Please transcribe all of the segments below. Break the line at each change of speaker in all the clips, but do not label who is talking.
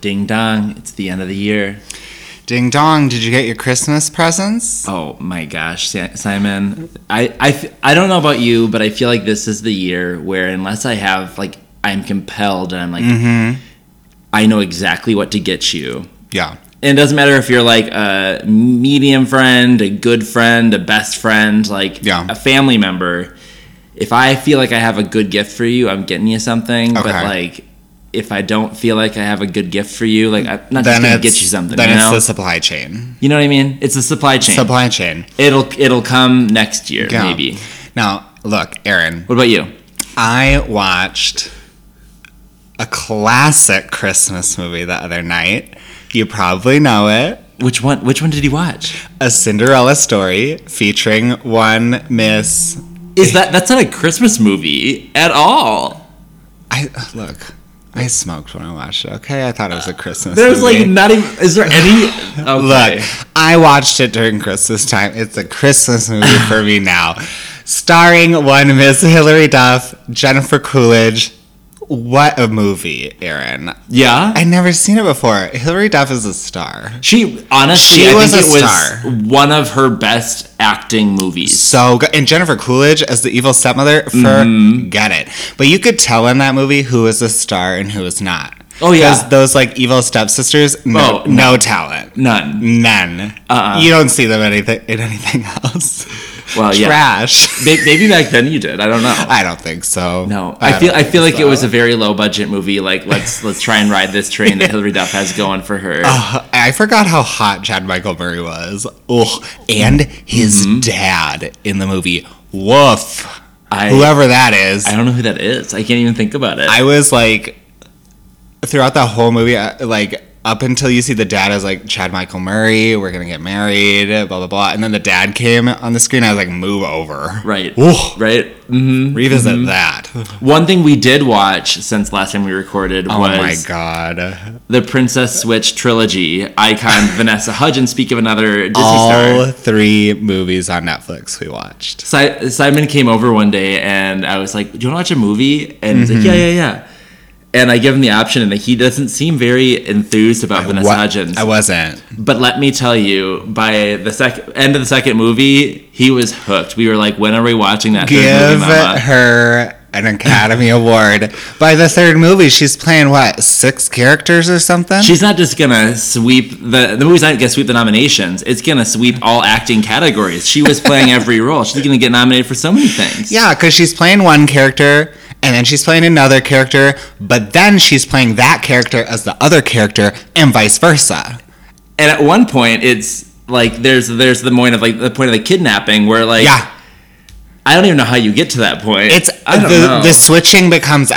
Ding dong, it's the end of the year.
Ding dong, did you get your Christmas presents?
Oh my gosh, Si- Simon. I, I, f- I don't know about you, but I feel like this is the year where, unless I have, like, I'm compelled and I'm like,
Mm-hmm.
I know exactly what to get you.
Yeah.
And it doesn't matter if you're like a medium friend, a good friend, a best friend, like
Yeah.
a family member. If I feel like I have a good gift for you, I'm getting you something.
Okay.
But like, if I don't feel like I have a good gift for you, like I'm not just gonna
it's
get you something.
Then
you,
it's
know?
the supply chain.
You know what I mean? It's a supply chain.
Supply chain.
it'll it'll come next year
Yeah.
maybe.
Now, look, Aaron,
What about you?
I watched a classic Christmas movie the other night. You probably know it.
Which one? Which one did you watch?
A Cinderella story featuring one Miss
Is
Eh.
that that's not a Christmas movie at all?
I look. I smoked when I watched it. Okay, I thought it was a Christmas.
There's
movie.
like not even. Is there any? Okay.
Look, I watched it during Christmas time. It's a Christmas movie for me now. Starring one Miss Hilary Duff, Jennifer Coolidge. What a movie, Erin.
Yeah.
I'd never seen it before. Hilary Duff is a star.
She honestly,
She
I
was
think
a
it was
star.
one of her best acting movies.
So good. And Jennifer Coolidge as the evil stepmother,
Mm-hmm.
forget it. But you could tell in that movie who is a star and who is not.
Oh, yeah.
Because those like evil stepsisters, no,
Oh,
no talent.
None.
None.
Uh-uh.
You don't see them anything in anything else.
Well, yeah.
Trash.
May- Maybe back then you did. I don't know.
I don't think so.
No, I,
don't
feel I
think
feel like it
so.
was a very low budget movie. Like let's let's try and ride this train that Hilary Duff has going for her.
Ugh, I forgot how hot Chad Michael Murray was. Ugh. And his
Mm-hmm.
dad in the movie. Woof.
I
Whoever that is.
I don't know who that is. I can't even think about it.
I was like, throughout that whole movie, I- like up until you see the dad as like Chad Michael Murray, we're gonna get married, blah blah blah, and then the dad came on the screen. I was like, move over,
right.
Ooh,
Right. hmm
revisit that.
One thing we did watch since last time we recorded
Oh my
was
god,
the Princess Switch trilogy. Icon Vanessa Hudgens. Speak of another Disney star.
all three movies on Netflix we watched.
Si- Simon came over one day and I was like, "Do you want to watch a movie?" And he's
Mm-hmm.
like, "Yeah, yeah, yeah." And I give him the option, and he doesn't seem very enthused about Vanessa
What-
Hudgens.
I wasn't.
but let me tell you, by the sec- end of the second movie, he was hooked. We were like, "When are we watching that?" third
Give
movie, Mama?"
her an Academy Award. By the third movie, she's playing what six characters or something.
She's not just gonna sweep the the movie's not gonna sweep the nominations. It's gonna sweep all acting categories. She was playing every role. She's gonna get nominated for so many things.
Yeah, because she's playing one character and then she's playing another character, but then she's playing that character as the other character and vice versa.
and at one point it's like there's there's the point of like the point of the kidnapping where like
yeah,
I don't even know how you get to that point.
it's
I don't
the,
know.
the switching becomes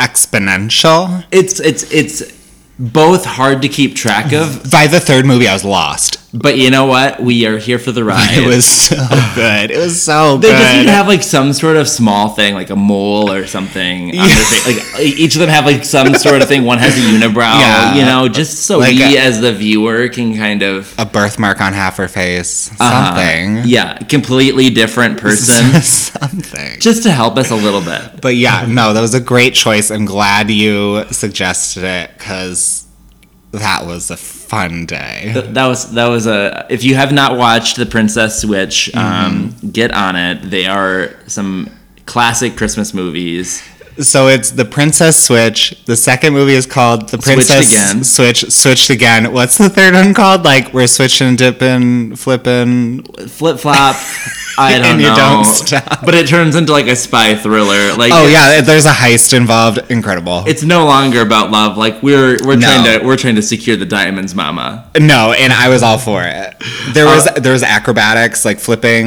exponential.
it's it's it's both hard to keep track of,
By the third movie, I was lost.
but you know what? We are here for the ride.
It was so good. It was so
they
good.
just need to have like some sort of small thing, like a mole or something. On their face. Like e-, each of them have like some sort of thing. One has a unibrow,
Yeah.
you know, just so
Like
we
a-
as the viewer can kind of
a birthmark on half her face.
uh,
Something.
yeah, completely different person,
something.
just to help us a little bit.
But yeah, no, that was a great choice. I'm glad you suggested it because that was a fun day.
Th- that was that was a if you have not watched the princess switch
Mm-hmm.
um, get on it they are some classic christmas movies
So it's the Princess Switch. The second movie is called The Princess
Again.
Switch. Switched again. What's the third one called? Like we're switching, dipping, flipping.
flip flop i don't
And you
know
don't stop.
but it turns into like a spy thriller like
Oh yeah, there's a heist involved. Incredible.
it's no longer about love like we're we're
No.
trying to we're trying to secure the diamonds mama
no, and I was all for it. There
Uh,
was there was acrobatics like flipping.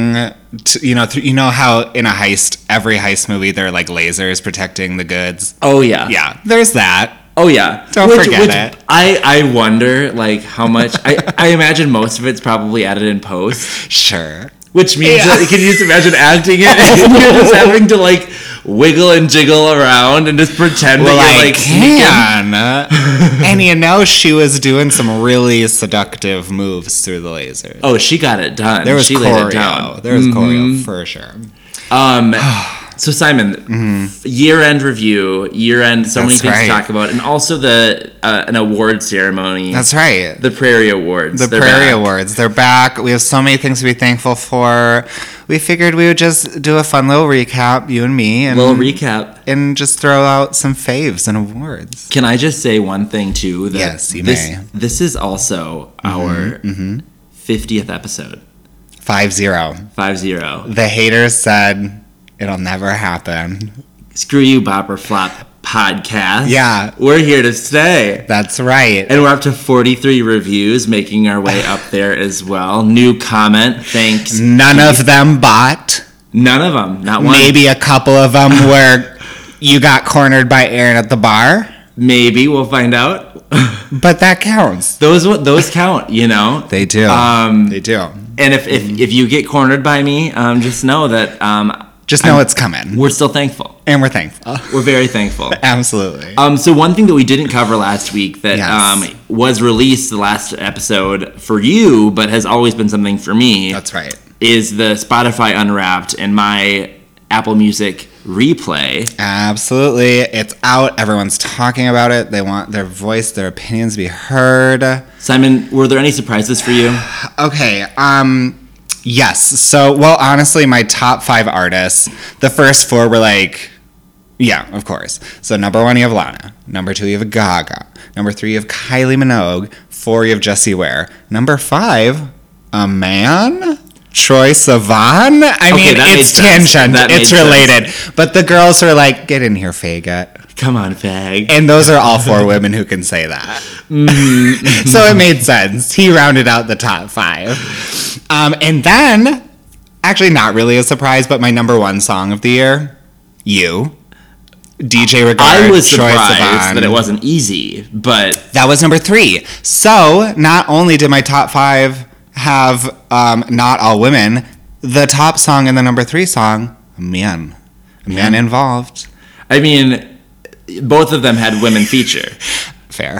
To, you know, th- you know how in a heist, every heist movie there are like lasers protecting the goods.
oh yeah
Yeah, there's that.
oh yeah
Don't forget it.
i i wonder like how much i i imagine most of it's probably added in post
Sure.
Which means
Yeah.
that, can you just imagine acting it and you're just having to like wiggle and jiggle around and just pretend
Well,
that
I
you're like sneaking.
can. and you know, she was doing some really seductive moves through the lasers.
Oh, she got it done.
there was
she laid it down. Mm-hmm.
choreo. There was choreo for sure.
Um, So Simon, year-end review, year-end, so many
Mm-hmm. That's
things
right.
to talk about, and also the uh, an award ceremony.
That's right.
the Prairie Awards.
The
They're
Prairie
back.
Awards. They're back. We have so many things to be thankful for. We figured we would just do a fun little recap, you and me, and
Little recap.
and just throw out some faves and awards.
Can I just say one thing too? That
Yes, you
this,
may. Mm-hmm,
This is also our 50th episode,
Five zero.
five zero.
The haters said it'll never happen.
Screw you, Bop or Flop podcast.
Yeah.
we're here to stay,
That's right.
and we're up to 43 reviews, making our way up there as well. New comment, thanks.
None of them bought.
None of them, not one.
Maybe a couple of them were you got cornered by Aaron at the bar,
Maybe we'll find out.
but that counts.
those wa- those count, you know.
They do.
Um,
they do.
And if
Mm-hmm.
if, if you get cornered by me, um, just know that um,
Just know it's coming,
we're still thankful.
and we're thankful.
We're very thankful.
Absolutely.
Um, so one thing that we didn't cover last week that
Yes.
um, was released the last episode for you, but has always been something for me,
That's right.
is the Spotify Unwrapped and my Apple Music replay.
Absolutely. It's out. Everyone's talking about it. They want their voice, their opinions to be heard.
Simon, were there any surprises for you?
Okay. Um yes. So, well, honestly, my top 5 artists, the first four were like yeah, of course. So number one, you have Lana. Number two, you have Gaga. Number three, you have Kylie Minogue. Four, you have Jessie Ware. Number five, a man, Troy Sivan. I
Okay,
mean,
that
it's
made sense.
tangent.
That made
It's
sense.
related. But the girls were like, "Get in here, faggot."
Come on, fag.
And those are all four women who can say that.
Mm-hmm.
so it made sense. He rounded out the top five. Um, and then, actually, not really a surprise, but my number one song of the year, You. DJ Regard.
I was
Troye Sivan.
surprised that it wasn't easy, but
That was number three. So not only did my top five have um, not all women, the top song and the number three song, men. Men involved.
I mean, both of them had women feature.
Fair.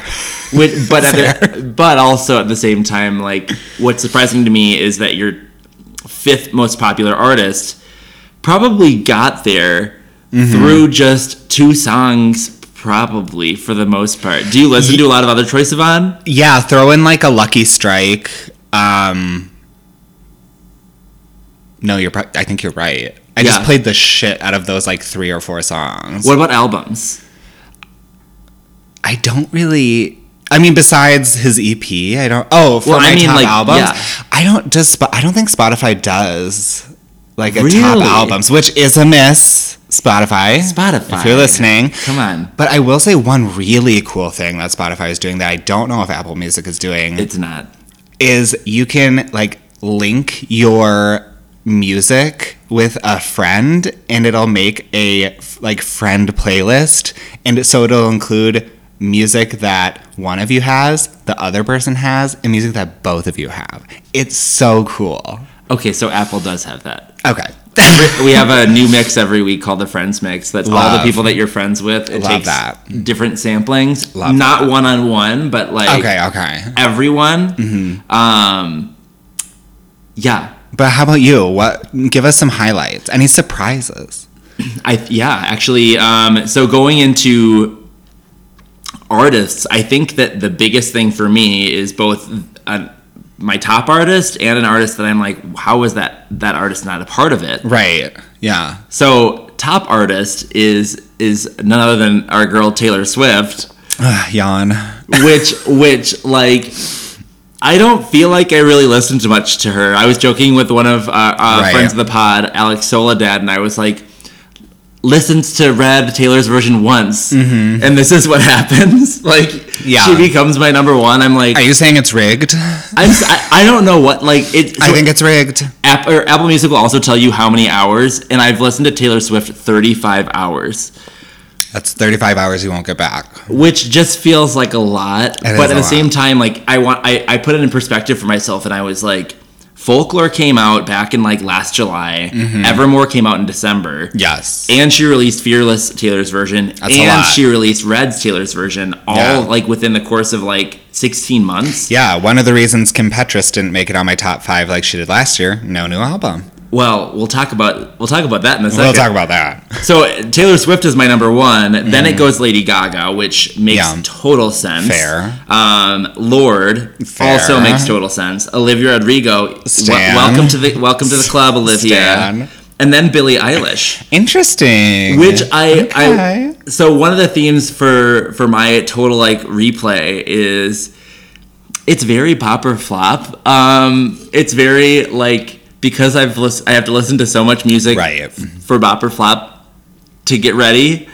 Which, but at the, but also at the same time, like what's surprising to me is that your fifth most popular artist probably got there
Mm-hmm.
through just two songs, probably for the most part. Do you listen to a lot of other Troye Sivan?
Yeah, throw in like a lucky strike. Um No, you're pro- I think you're right. I just
Yeah.
played the shit out of those like three or four songs.
What about albums?
I don't really I mean besides his EP, I don't Oh, for
Well,
my
I mean,
top
like,
albums.
yeah.
I don't does Spo- I don't think Spotify does like a top
Really?
albums, which is a miss. Spotify.
Spotify.
If you're listening.
Come on,
But I will say one really cool thing that Spotify is doing that I don't know if Apple Music is doing.
it's not.
is you can like link your music with a friend and it'll make a like friend playlist and so it'll include music that one of you has the other person has and music that both of you have it's so cool
Okay, so Apple does have that.
okay
we have a new mix every week called the Friends Mix. That's all
Love.
the people that you're friends with. It
Love
takes
that.
different samplings,
Love
not one on one, but like
okay okay
everyone. Um, yeah,
but how about you what give us some highlights any surprises
I yeah actually. Um, so going into artists, I think that the biggest thing for me is both an, my top artist and an artist that I'm like, how was that that artist not a part of it?
right yeah
So top artist is is none other than our girl Taylor Swift.
Ugh, yawn
which which like I don't feel like I really listened to much to her. I was joking with one of uh, uh,
Right.
friends of the pod, Alex Soledad, and I was like, listens to Red Taylor's version once, and this is what happens. Like,
Mm-hmm. Yeah.
she becomes my number one. I'm like,
are
I,
you saying it's rigged
I'm, s- I, I don't know what like it.
i
so
think it's rigged
App, or Apple Music will also tell you how many hours, and I've listened to Taylor Swift 35 hours.
that's 35 hours you won't get back
which just feels like a lot
It
but
is
at
a
the
lot.
same time like i want I, I put it in perspective for myself and i was like folklore came out back in like last july
Mm-hmm.
evermore came out in december
Yes.
and she released fearless taylor's version
That's a
and
lot.
she released red's taylor's version all
Yeah.
like within the course of like 16 months
yeah, one of the reasons Kim Petras didn't make it on my top five like she did last year, no new album.
Well, we'll talk about we'll talk about that in a 2nd
We'll talk about that.
So Taylor Swift is my number one. Then it goes Lady Gaga, which makes
Mm. Yeah.
total sense.
Fair.
Um, Lord
Fair.
also makes total sense. Olivia Rodrigo, wel-
Stan.
welcome to the welcome to the club, Olivia.
Stan.
And then Billie Eilish,
Interesting.
which I,
Okay.
I so one of the themes for for my total like replay is it's very pop or flop. Um, it's very like because I've lis- I have to listen to so much music
Right.
for bop or flop to get ready.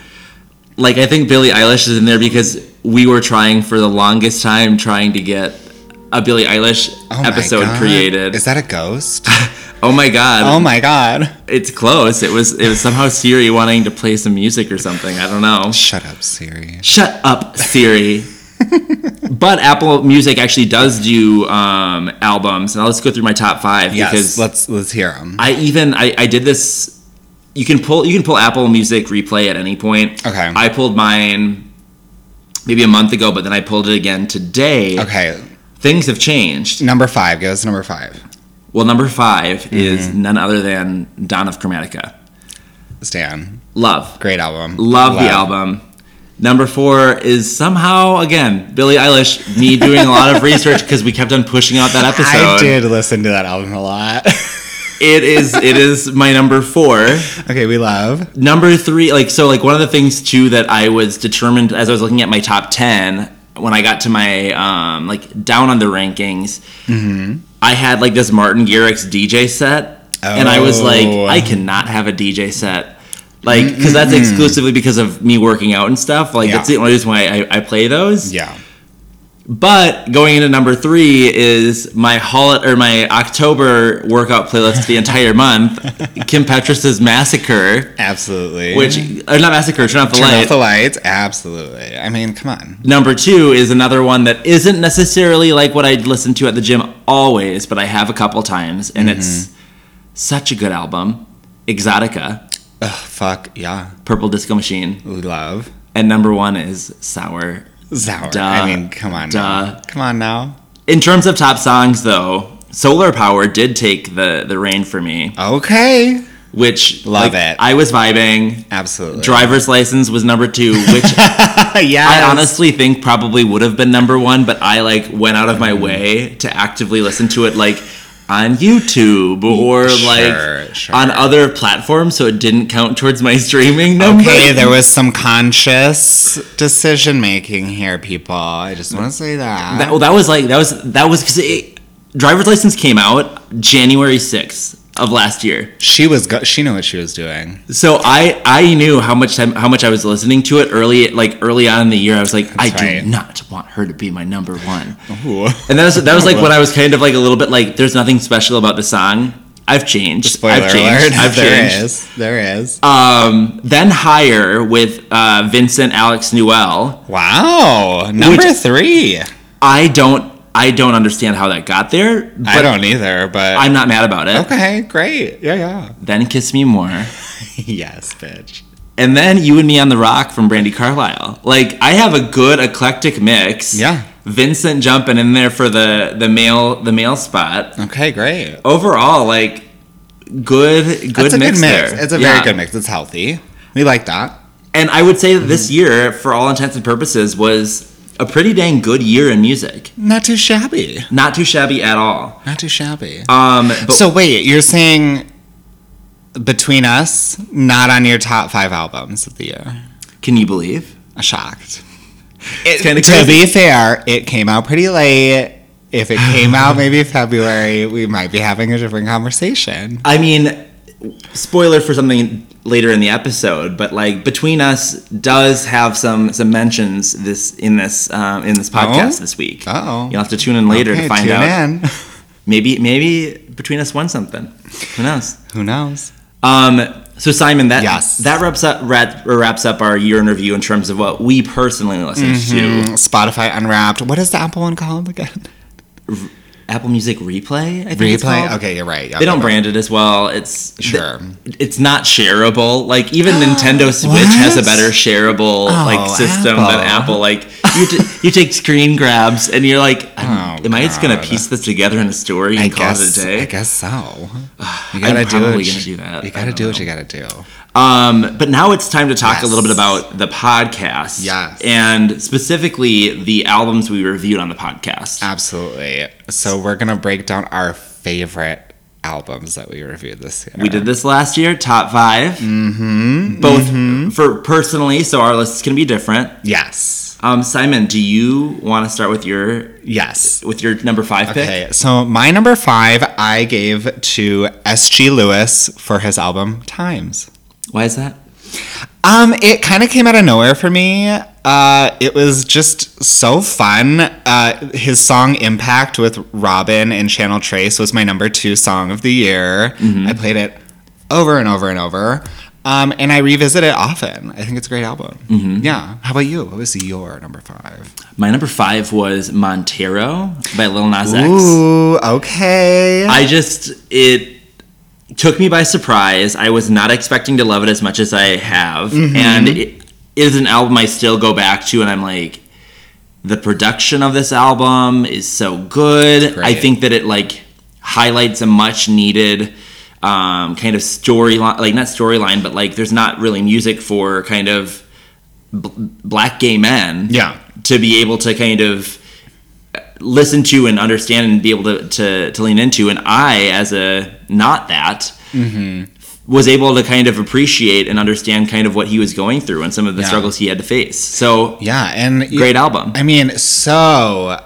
Like I think Billie Eilish is in there because we were trying for the longest time trying to get a Billie Eilish
Oh my
episode
God.
created.
Is that a ghost?
oh my god,
oh my god.
it's close. It was it was somehow Siri wanting to play some music or something. I don't know.
Shut up, Siri.
Shut up, Siri. but Apple Music actually does do um, albums. Now let's go through my top five
Yes,
because
let's let's hear them.
I even I, I did this. You can pull you can pull Apple Music replay at any point.
Okay.
I pulled mine maybe a month ago, but then I pulled it again today.
Okay,
Things have changed.
number five. Give us number five.
Well, number 5
Mm-hmm.
is none other than Dawn of Chromatica.
Stan,
Love.
great album.
Love, the album. Number four is somehow again Billie Eilish. Me doing a lot of research because we kept on pushing out that episode.
I did listen to that album a lot.
It is it is my number four.
okay, we love.
number three like so like one of the things too that i was determined as i was looking at my top 10 when i got to my um like down on the rankings
Mm-hmm.
i had like this martin garrix dj set and i was like
Oh.
i cannot have a dj set like because that's exclusively because of me working out and stuff like
Mm-hmm. Yeah.
that's the only reason why I, I play those
Yeah.
but going into number three is my hol- or my october workout playlist the entire month kim petras's massacre
Absolutely.
which or not massacre turn off the
turn
light
off the lights. Absolutely. I mean, come on.
number two is another one that isn't necessarily like what i listen to at the gym always but i have a couple times and
Mm-hmm.
it's such a good album exotica
Ugh, fuck yeah.
purple disco machine
We love.
and number one is sour
Sour.
Duh.
I mean, come on. Now.
Duh.
Come on now.
in terms of top songs though solar power did take the the reign for me
Okay.
which
Love
like,
it.
i was vibing
Absolutely.
driver's license was number two which
yeah.
I honestly think probably would have been number one, but I like went out of my
Mm.
way to actively listen to it like on YouTube or
Sure,
like
sure.
on other platforms, so it didn't count towards my streaming number.
Okay, there was some conscious decision making here, people. I just want to say that.
that, well, that was like that was that was because driver's license came out January sixth of last year,
she was. Go- she knew what she was doing.
so I I knew how much time how much I was listening to it early like early on in the year. I was like, I do
right.
not want her to be my number one.
Ooh.
And that was that was like when I was kind of like a little bit like there's nothing special about the song. I've changed.
Spoiler
I've changed.
alert!
I've
There
changed.
is. There is.
Um, then higher with uh, Vincent Alex Newell.
wow. Number
which-
three.
I don't I don't understand how that got there, but
I don't either, but
I'm not mad about it.
okay. Great. Yeah, yeah.
Then Kiss Me More.
yes, bitch.
And then You and Me on the Rock from Brandy Carlisle. Like I have a good eclectic mix.
Yeah.
Vincent jumping in there for the the male the male spot.
Okay, great.
Overall, like good good
That's a
mix
good mix.
there.
It's a very
Yeah.
good mix. It's healthy. We like that.
And I would say that
Mm-hmm.
this year, for all intents and purposes, was a pretty dang good year in music.
Not too shabby.
Not too shabby at all.
Not too shabby.
Um, but
so wait, you're saying between us, not on your top five albums of the year?
can you believe?
Shocked.
It's kind of
To
crazy.
be fair, it came out pretty late. If it came out maybe February, we might be having a different conversation.
I mean, spoiler for something later in the episode, but like between us does have some some mentions this in this um, in this podcast
Oh?
this week.
Uh-oh.
You'll have to tune in later
Okay,
to find
tune
out.
in.
Maybe maybe between us won something. Who knows?
Who knows?
Um, so Simon, that
Yes.
that wraps up wrap, wraps up our year in review in terms of what we
Mm-hmm.
personally listened
Spotify Unwrapped. What is the Apple one called again?
to. Apple Music Replay. I think it's
Replay?
called.
Okay, you're right. Yeah,
They don't brand it as well. It's
Sure.
It's not shareable. Like even Nintendo Switch has a
What? Oh,
better shareable like system than
Apple.
Apple. Like you, t- you take screen grabs and you're like,
Oh,
am I just gonna
God.
piece this together in a story and
I
call
guess,
it a day?
I guess so. You gotta do
probably
what
gonna
you-
do that.
You
I
gotta
don't
do what you gotta do.
Um, but now it's time to talk a
Yes.
little bit about the podcast.
Yes.
And specifically the albums we reviewed on the podcast.
Absolutely. So we're gonna break down our favorite albums that we reviewed this year.
We did this last year, top 5 Mm-hmm. Both
Mm-hmm.
for personally, so our list is gonna be different.
Yes.
Um, Simon, do you want to start with your
Yes.
with your number five pick?
Okay, so my number five I gave to S.G. Lewis for his album Times.
Why is that?
Um, it kind of came out of nowhere for me. Uh, it was just so fun. Uh, his song "Impact" with Robin and Channel Trace was my number two song of the year.
Mm-hmm.
I played it over and over and over, um, and I revisit it often. I think it's a great album.
Mm-hmm.
Yeah. How about you? What was your number five?
My number five was Montero by Lil Nas X.
Ooh, okay.
I just it took me by surprise. I was not expecting to love it as much as I have,
Mm-hmm.
and it is an album I still go back to, and I'm like, the production of this album is so good. I
great.
think that it like highlights a much needed um, kind of storyline, like not storyline, but like there's not really music for kind of bl- black gay men
yeah.
to be able to kind of listen to and understand and be able to to, to lean into and i as a not that
Mm-hmm.
was able to kind of appreciate and understand kind of what he was going through and some of the
Yeah.
struggles he had to face so
Yeah, and you-
great album
I mean, so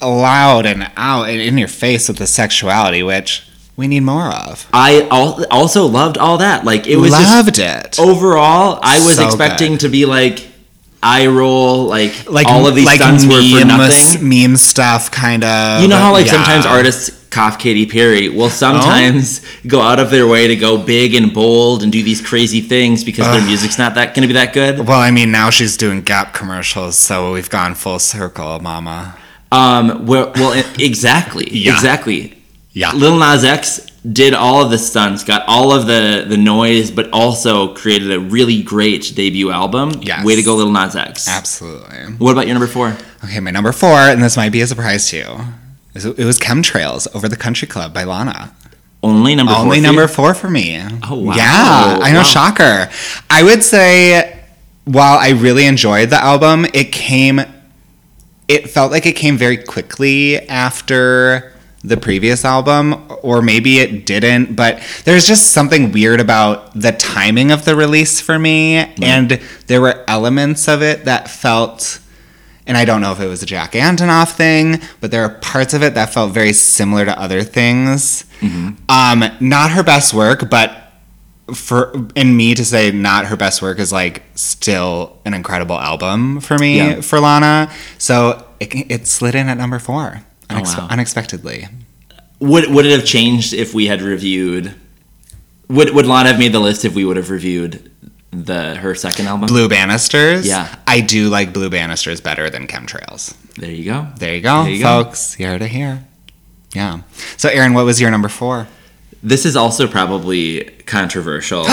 loud and out and in your face with the sexuality, which we need more of.
i al- also loved all that like it was just
Loved it.
overall i was
So
expecting
good.
to be like eye roll like
like
all of these
like
stunts were for nothing
meme stuff, kind of.
You know how like
yeah.
sometimes artists cough Katy Perry will sometimes go out of their way to go big and bold and do these crazy things because their music's not that gonna be that good.
Well, I mean, now she's doing Gap commercials, so we've gone full circle, Mama.
Um, well, well e- exactly,
Yeah.
exactly.
Yeah,
Lil Nas X did all of the stunts, got all of the the noise, but also created a really great debut album.
Yes.
Way to go, Lil Nas X.
absolutely.
What about your number four?
Okay, my number four, and this might be a surprise to you. is- It was Chemtrails over the Country Club by Lana.
Only number four.
Only
for you?
number four for me.
Oh, wow.
Yeah, I know.
Wow.
Shocker. I would say, while I really enjoyed the album, it came. It felt like it came very quickly after the previous album, or maybe it didn't. But there's just something weird about the timing of the release for me, and there were elements of it that felt and I don't know if it was a Jack Antonoff thing, but there are parts of it that felt very similar to other things.
Mm-hmm.
Um, not her best work, but for in me to say not her best work is like still an incredible album for me
Yeah.
for Lana. So it, it slid in at number four unex-
Oh, wow.
unexpectedly.
Would would it have changed if we had reviewed? Would would Lana have made the list if we would have reviewed the her second album?
Blue Bannisters.
Yeah.
I do like Blue Bannisters better than Chemtrails.
There you go.
There you go,
There you go.
folks. You heard it here. Yeah. So Aaron, what was your number four?
This is also probably controversial.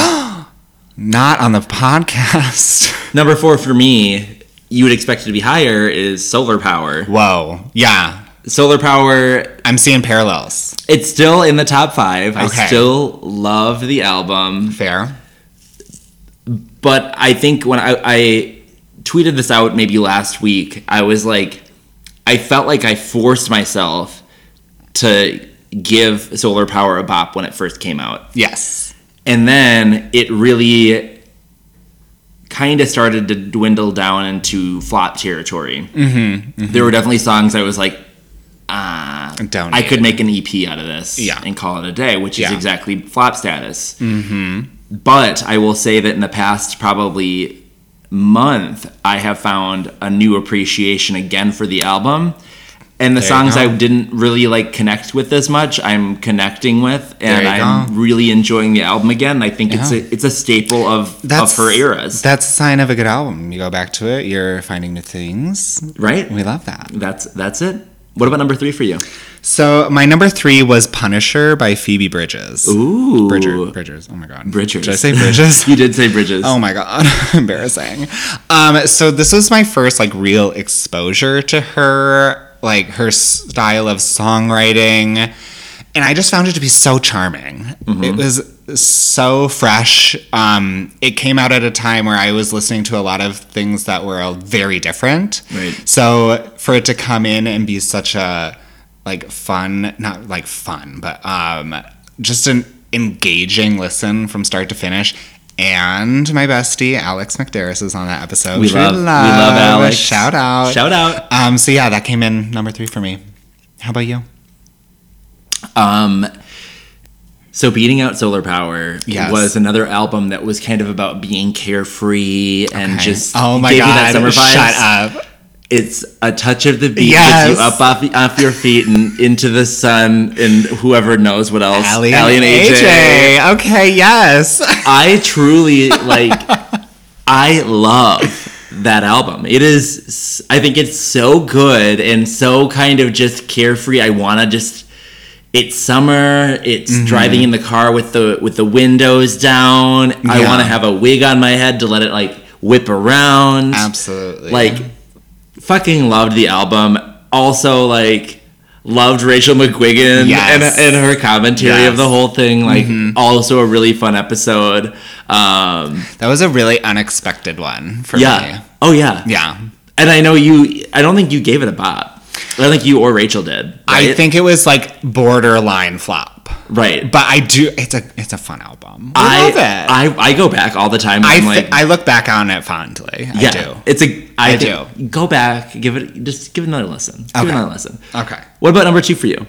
Not on the podcast.
Number four for me, you would expect it to be higher, is solar power.
Whoa. Yeah.
Solar power,
I'm seeing parallels.
it's still in the top five. I
Okay.
still love the album.
Fair.
But I think when I, I tweeted this out maybe last week, I was like, I felt like I forced myself to give solar power a bop when it first came out.
Yes.
and then it really kind of started to dwindle down into flop territory. Mm-hmm, There were definitely songs I was like, ah,
Don't.
I could make an EP out of this
Yeah.
and call it a day, which is
Yeah.
exactly flop status. Mm-hmm. But I will say that in the past probably month, I have found a new appreciation again for the album. And the
There you
songs
go.
I didn't really like connect with as much, I'm connecting with, and
you
I'm
go.
really enjoying the album again. I think it's
Yeah.
a it's a staple of
That's
of her eras,
That's a sign of a good album. You go back to it. You're finding new things.
right?
We love that.
That's that's it. What about number three for you?
So my number three was Punisher by Phoebe Bridges.
Ooh,
Bridger, Bridgers. Oh my god.
Bridgers.
Did I say Bridges?
you did say Bridges.
Oh my god, embarrassing. Um, so this was my first like real exposure to her, like her style of songwriting, and I just found it to be so charming. It was so fresh. Um, it came out at a time where I was listening to a lot of things that were all very different.
Right.
So for it to come in and be such a like fun, not like fun, but um, just an engaging listen from start to finish. And my bestie Alex McDerris is on that episode.
we
True
love, we love Alex.
Shout out.
Shout out.
Um. So yeah, that came in number three for me. How about you?
Um, so beating out solar power
Yes.
was another album that was kind of about being carefree and just
oh my
gave you
god!
that summer vibes.
Shut up.
It's a touch of the beat
Yes.
gets you up off, the, off your feet and into the sun and whoever knows what else.
Allie
Ally
and AJ. Okay. Yes.
I truly like. I love that album. It is. I think it's so good and so kind of just carefree. I want to just. It's summer. It's driving in the car with the with the windows down. I
Yeah.
want to have a wig on my head to let it like whip around.
Absolutely.
Like, fucking loved the album. Also, like, loved Rachel McGuigan
Yes.
and, and her commentary of
Yes. Mm-hmm.
the whole thing. Like, also a really fun episode. Um,
that was a really unexpected one for
yeah.
me.
Oh, yeah.
Yeah.
And I know you, I don't think you gave it a bop. I don't think you or Rachel did.
I
right?
think it was like borderline flop.
Right.
But I do. It's a it's a fun album. I,
I,
love it. I
I, I go back all the time. and
I,
I'm
thi-
like,
I look back on it fondly.
yeah,
I do.
it's a. I,
I
do. Go back, give it, just give it another listen. Give
Okay.
it another listen.
Okay.
What about number two for you?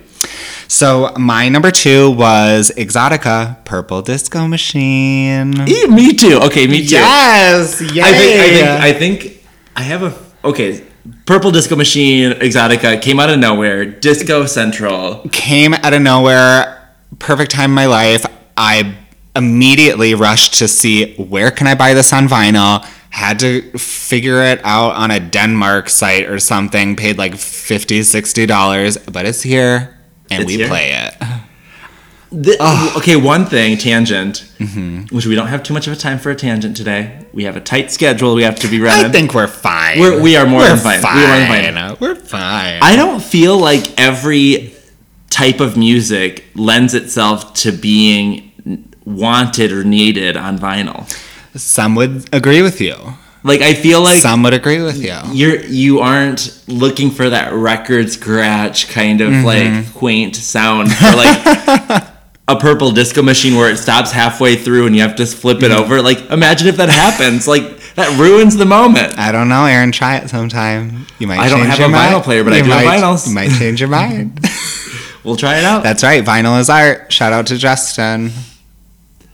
So my number two was Exotica, Purple Disco Machine.
Eh, me too. Okay, me too.
E-, Yes. Yeah.
I think, I think I think I have a okay. Purple Disco Machine Exotica came out of nowhere. Disco Central.
came out of nowhere. Perfect time in my life. I immediately rushed to see where can I buy this on vinyl. Had to figure it out on a Denmark site or something. Paid like 50 dollars, but it's here and
It's
we
here.
play it.
The-
Ah.
okay, one thing tangent, which we don't have too much of a time for a tangent today. We have a tight schedule. We have to be running.
I think we're fine.
We're- we are more than fine. We are more than
fine. We're fine.
I don't feel like every type of music lends itself to being wanted or needed on vinyl.
Some would agree with you.
Like I feel like
Some would agree with you.
you're you aren't looking for that record scratch kind of
Mm-hmm.
like quaint sound for like a purple disco machine where it stops halfway through and you have to flip it
Mm-hmm.
over like imagine if that happens like that ruins the moment
I don't know, Aaron. Try it sometime. You might.
I don't
change
have
your
a vinyl
mind.
player, but I
You
do have
might-
vinyls.
You might change your mind.
we'll try it out
That's right. Vinyl is art. Shout out to Justin.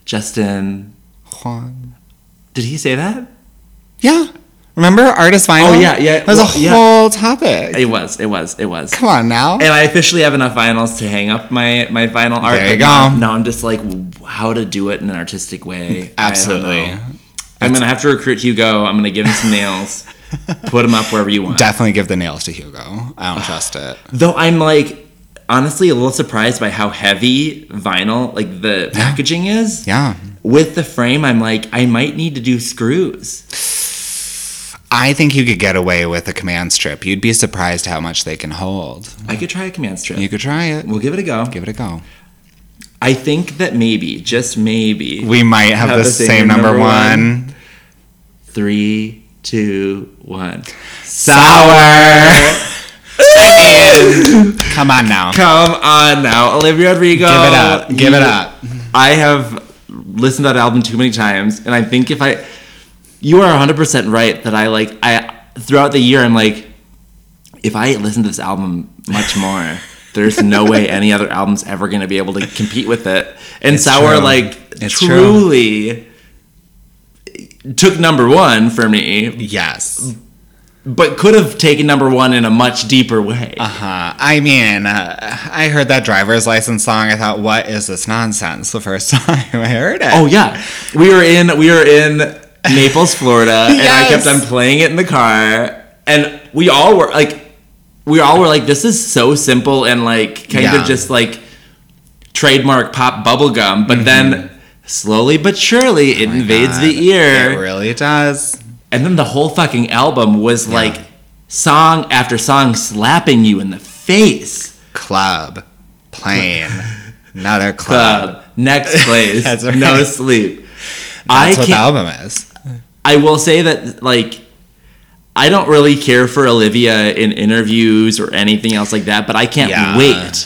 justin
Juan.
did he say that
Yeah. Remember artist vinyl?
Oh, yeah, yeah.
That was
Well,
a
yeah.
whole topic.
it was it was it was
Come on now.
and I officially have enough vinyls to hang up my my vinyl art.
There you
but now-
go.
Now I'm just like, how to do it in an artistic way. I don't
Absolutely.
know. I'm gonna have to recruit Hugo. I'm gonna give him some nails. Put him up wherever you want.
Definitely give the nails to Hugo. I don't trust it.
Though I'm like honestly a little surprised by how heavy vinyl like the packaging is.
Yeah.
With the frame, I'm like, I might need to do screws.
I think you could get away with a command strip. You'd be surprised how much they can hold.
I could try a command strip.
You could try it.
we'll give it a go.
Give it a go.
I think that maybe, just maybe,
We might have, the, same, number, one.
three, two, one.
Sour. Come on now.
Come on now, Olivia Rodrigo.
Give it up. Give it
You-
up.
I have listened to that album too many times, and I think if I, you are 100% right that I like, I, throughout the year, I'm like, if I listen to this album much more, there's no way any other album's ever going to be able to compete with it. And Sour,
true.
like,
It's true.
truly took number one for me,
Yes.
but could have taken number one in a much deeper way.
Uh, I mean, uh, I heard that driver's license song. I thought, what is this nonsense? The first time I heard it.
Oh yeah, we were in we were in Naples, Florida, and I
Yes.
kept on playing it in the car, and we all were like, we all were like, this is so simple and like kind
Yeah.
of just like trademark pop bubblegum.
Mm-hmm.
But then slowly but surely it invades the ear.
Oh It really does.
and then the whole fucking album was like song after song slapping you in the face.
Club, plane, another club.
Club. Next place.
That's right.
No sleep.
That's
I
what
can't,
the album is.
I will say that like I don't really care for Olivia in interviews or anything else like that, but I can't
Yeah.
wait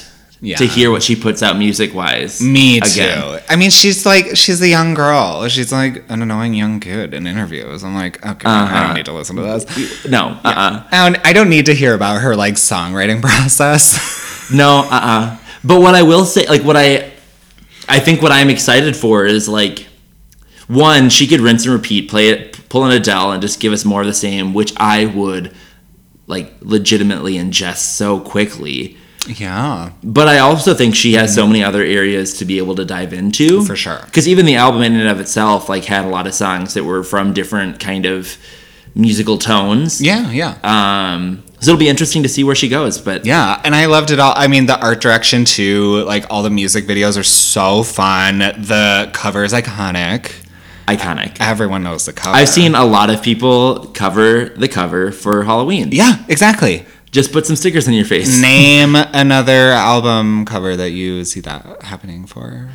Yeah.
to hear what she puts out music wise.
Me too. I mean, she's like, she's a young girl. She's like an annoying young kid in interviews. I'm like, okay, I don't need to listen to this.
No, uh uh
And I don't need to hear about her like songwriting process.
No, uh uh But what I will say, like, what I, I think what I'm excited for is like, one, she could rinse and repeat, play it, pull an Adele, and just give us more of the same, which I would, like, legitimately ingest so quickly.
yeah.
But I also think she has so many other areas to be able to dive into.
For sure.
Because even the album in and of itself, like, had a lot of songs that were from different kind of musical tones.
Yeah, yeah.
Um, so it'll be interesting to see where she goes. But
Yeah, and I loved it all. I mean, the art direction too. Like all the music videos are so fun. The cover is iconic.
iconic.
Everyone knows the cover.
I've seen a lot of people cover the cover for Halloween.
Yeah, exactly.
Just put some stickers in your face.
Name another album cover that you see that happening for.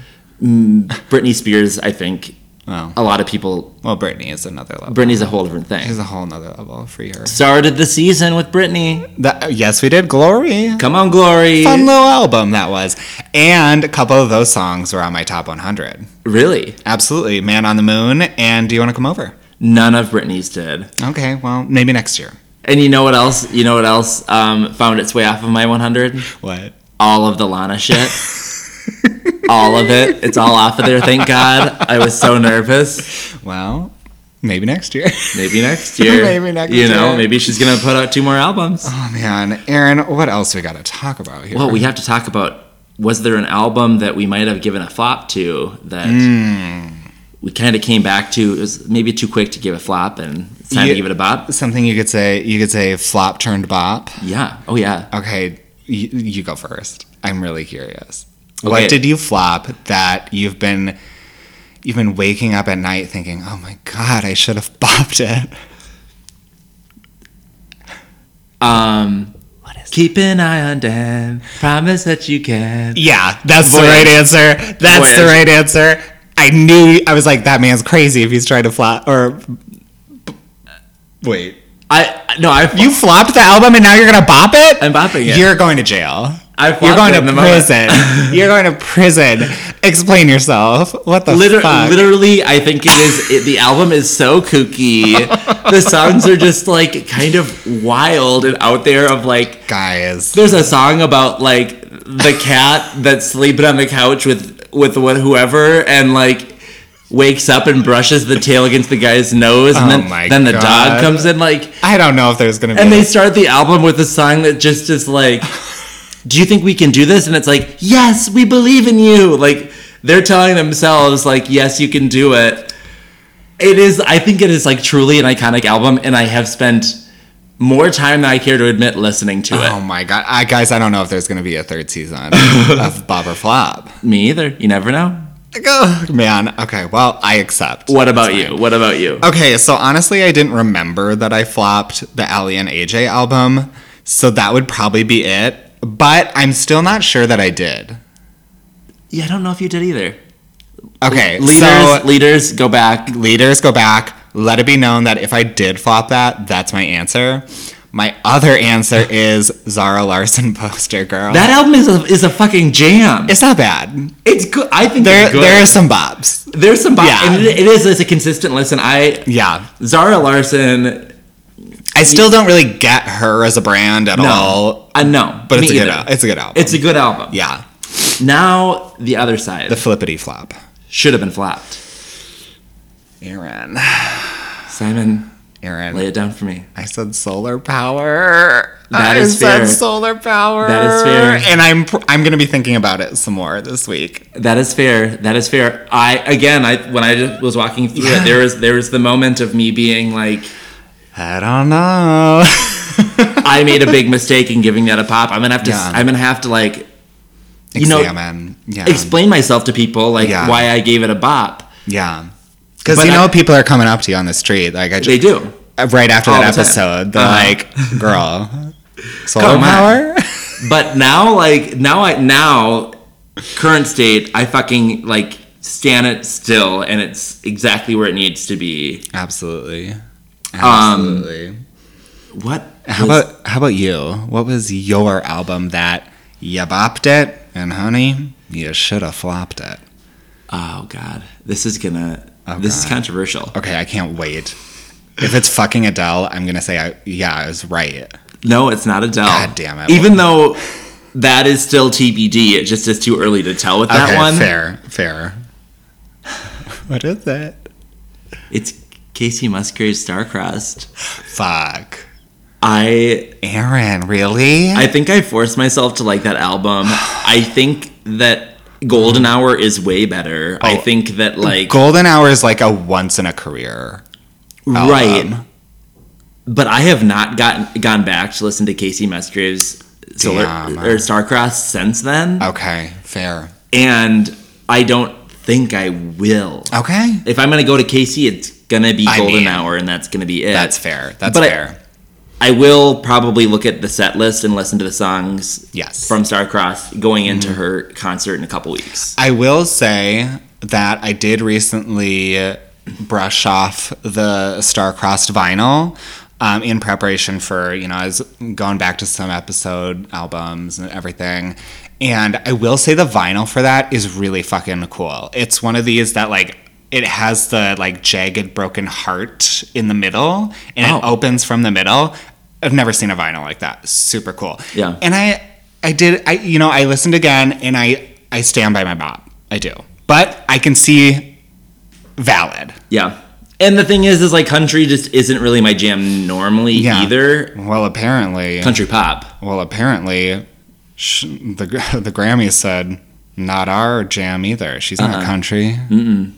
Britney Spears, I think
Oh,
a lot of people.
well, Britney is another level.
Britney's a whole different thing.
She's a whole nother level for her.
Started the season with Britney.
That, yes, we did Glory.
Come on, Glory.
Fun little album that was. And a couple of those songs were on my top 100.
Really?
Absolutely. Man on the Moon and Do You Want to Come Over?
None of Britney's did.
Okay, well, maybe next year.
And you know what else? You know what else um, found its way off of my 100?
What?
All of the Lana shit. all of it. It's all off of there. Thank God. I was so nervous.
Well, maybe next year.
Maybe next year.
Maybe next
You know,
year.
maybe she's gonna put out two more albums.
oh man, Aaron, what else we got to talk about here?
Well, we have to talk about was there an album that we might have given a flop to that
Hmm.
we kind of came back to? It was maybe too quick to give a flop, and it's time
Yeah.
to give it a bop.
Something you could say. You could say flop turned bop.
Yeah. Oh yeah.
Okay, you, you go first. I'm really curious.
Okay.
What did you flop that you've been you've been waking up at night thinking, "Oh my god, I should have bopped it."
Um, keep an eye on Dan. Promise that you can.
Yeah, that's the
Voyage.
right answer. That's the
Voyage.
right answer. I knew I was like that man's crazy if he's trying to flop or Wait.
I no. I
You flopped the album and now you're gonna bop it?
I'm bopping it.
You're going to jail.
I flopped
You're going
it
to
in the moment.
prison. you're going to prison. Explain yourself. What the
Liter-
fuck?
literally, I think it is. It, the album is so kooky. the songs are just like kind of wild and out there. Of like,
Guys.
There's a song about like the cat that's sleeping on the couch with with what whoever and like wakes up and brushes the tail against the guy's nose and
Oh
then
my
then the
God.
dog comes in like
I don't know if there's gonna be
and they
a-
start the album with a song that just is like do you think we can do this and it's like yes we believe in you like they're telling themselves like yes you can do it it is i think it is like truly an iconic album and i have spent more time than i care to admit listening to it
Oh my god. I guys, I don't know if there's gonna be a third season of Bob or Flop.
Me either. You never know.
Like, oh, man. Okay, well, I accept.
What about you? What about you?
Okay, so honestly, I didn't remember that I flopped the Ali and AJ album, so that would probably be it. But I'm still not sure that I did.
Yeah, I don't know if you did either.
Okay,
Leaders,
so
leaders, go back.
leaders go back. Let it be known that if I did flop that, that's my answer. My other answer is Zara Larson poster girl.
That album is a, is a fucking jam.
it's not bad.
It's good. I think
There,
it's good.
there are some bops.
there's some. Bo-
Yeah.
and it, it is. It's a consistent listen. I
Yeah,
Zara Larson.
I still don't really get her as a brand at all.
I know,
But
uh, me
it's a good.
either.
Al- it's a good album.
It's a good album.
yeah,
Now the other side
the flippity flop.
should have been flopped.
Aaron.
Simon,
Aaron.
lay it down for me.
I said solar power.
That
I
is
said
fair.
solar power.
That is fair.
And I'm pr- I'm gonna be thinking about it some more this week.
That is fair. That is fair. I again, I when I was walking through it, there was there was the moment of me being like.
I don't know.
I made a big mistake in giving that a pop. I'm gonna have to.
Yeah.
I'm gonna have to like you know-
Examine. yeah.
explain myself to people, like
Yeah.
why I gave it a bop.
yeah. Because
But
you
I-
know people are coming up to you on the street. Like I
They
just,
do.
right after
All
that
the time.
episode, they're
Uh-huh.
like, "Girl, solar
Come on.
power."
But now, like now, I now current state, I fucking like stand it still, and it's exactly where it needs to be.
Absolutely. Absolutely.
What?
Um, how
was-
about how about you? What was your album that you bopped it and honey, you should have flopped it.
Oh God, this is gonna. this is
Oh, God.
controversial.
Okay, I can't wait. If it's fucking Adele, I'm gonna say, I, yeah, I was right.
No, it's not Adele.
God damn it.
Even though that is still TBD, it just is too early to tell with that
okay,
one.
fair, fair. What is it?
It's Casey Musgrave's Starcrossed.
Fuck,
I
Aaron, really?
I think I forced myself to like that album. I think that Golden Hour is way better. I
Oh.
think that like
Golden Hour is like a once in a career. album.
right, but I have not gotten gone back to listen to Casey Musgrave's Solar
Damn. Oh.
or Starcrossed since then,
Okay, fair.
and I don't think I will.
Okay,
If I'm gonna go to Casey, it's gonna be
Oh. I
Golden
mean,
Hour, and that's gonna be it.
that's fair. That's
But I-
fair.
I will probably look at the set list and listen to the songs
Yes.
from Starcross going into
Mm-hmm.
her concert in a couple weeks.
I will say that I did recently brush off the star-crossed vinyl um, in preparation for you know I was going back to some episode albums and everything. And I will say the vinyl for that is really fucking cool. It's one of these that like it has the like jagged broken heart in the middle and
Oh.
it opens from the middle. I've never seen a vinyl like that. Super cool.
Yeah.
And I I did I you know, I listened again and I I stand by my bop. I do. But I can see valid.
Yeah. And the thing is, is like country just isn't really my jam normally
Yeah.
either.
Well, apparently
Country pop.
well, apparently sh- the gr- the Grammy said not our jam either. She's
Uh-huh.
not country.
Mm.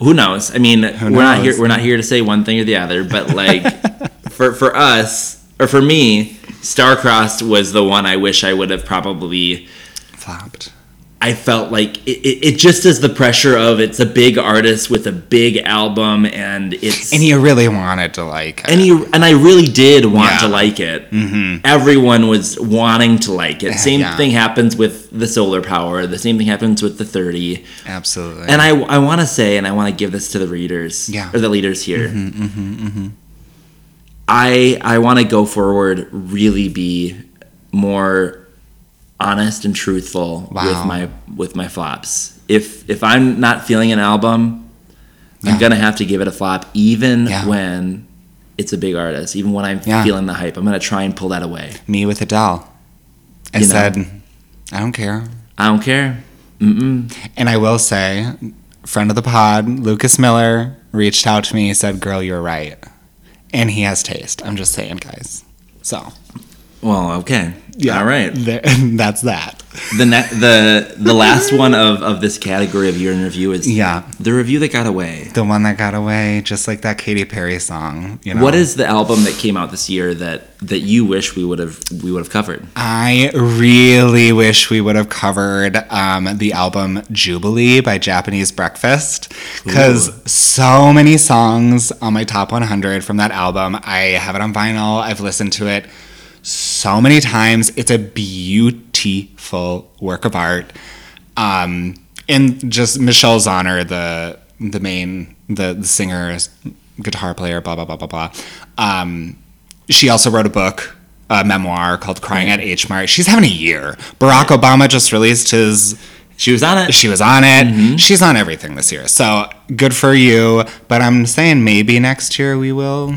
Who knows? I mean, we're not
knows?
here. We're not here to say one thing or the other. But like, for for us or for me, Starcrossed was the one I wish I would have probably.
Flopped.
I felt like it, it, it just is the pressure of it's a big artist with a big album and it's
And you really wanted to like it.
and he and I really did want
Yeah. Mm-hmm.
to like it. Everyone was wanting to like it. Same
yeah.
thing happens with the solar power. The same thing happens with the thirty.
Absolutely.
And I I want to say, and I want to give this to the readers,
Yeah. Mm-hmm,
or the leaders here. I I want to go forward. Really be more honest and truthful with
Wow.
my with my flops. If if I'm not feeling an album, I'm
Yeah.
gonna have to give it a flop, even
Yeah.
when it's a big artist. Even when I'm
Yeah.
feeling the hype, I'm gonna try and pull that away.
Me with Adele. I
You know.
said, I don't care.
I don't care. Mm-mm.
And I will say, friend of the pod, Lucas Miller, reached out to me, said, Girl, you're right. And he has taste. I'm just saying, guys. So,
Well, okay. All right.
There- that's that.
the ne- the the last one of of this category of year in review is
Yeah.
the review that got away.
The one that got away, just like that Katy Perry song. You know?
What is the album that came out this year that that you wish we would have we would have covered?
I really wish we would have covered um, the album Jubilee by Japanese Breakfast because so many songs on my top 100 from that album. I have it on vinyl, I've listened to it so many times. It's a beautiful work of art. Um, and just Michelle Zahner, the the main the, the singer, guitar player, blah blah blah blah blah. Um, she also wrote a book, a memoir called "Crying at H Mart." She's having a year. Barack Obama just released his.
She was on it.
She was on it. She's on everything this year. So good for you. But I'm saying maybe next year we will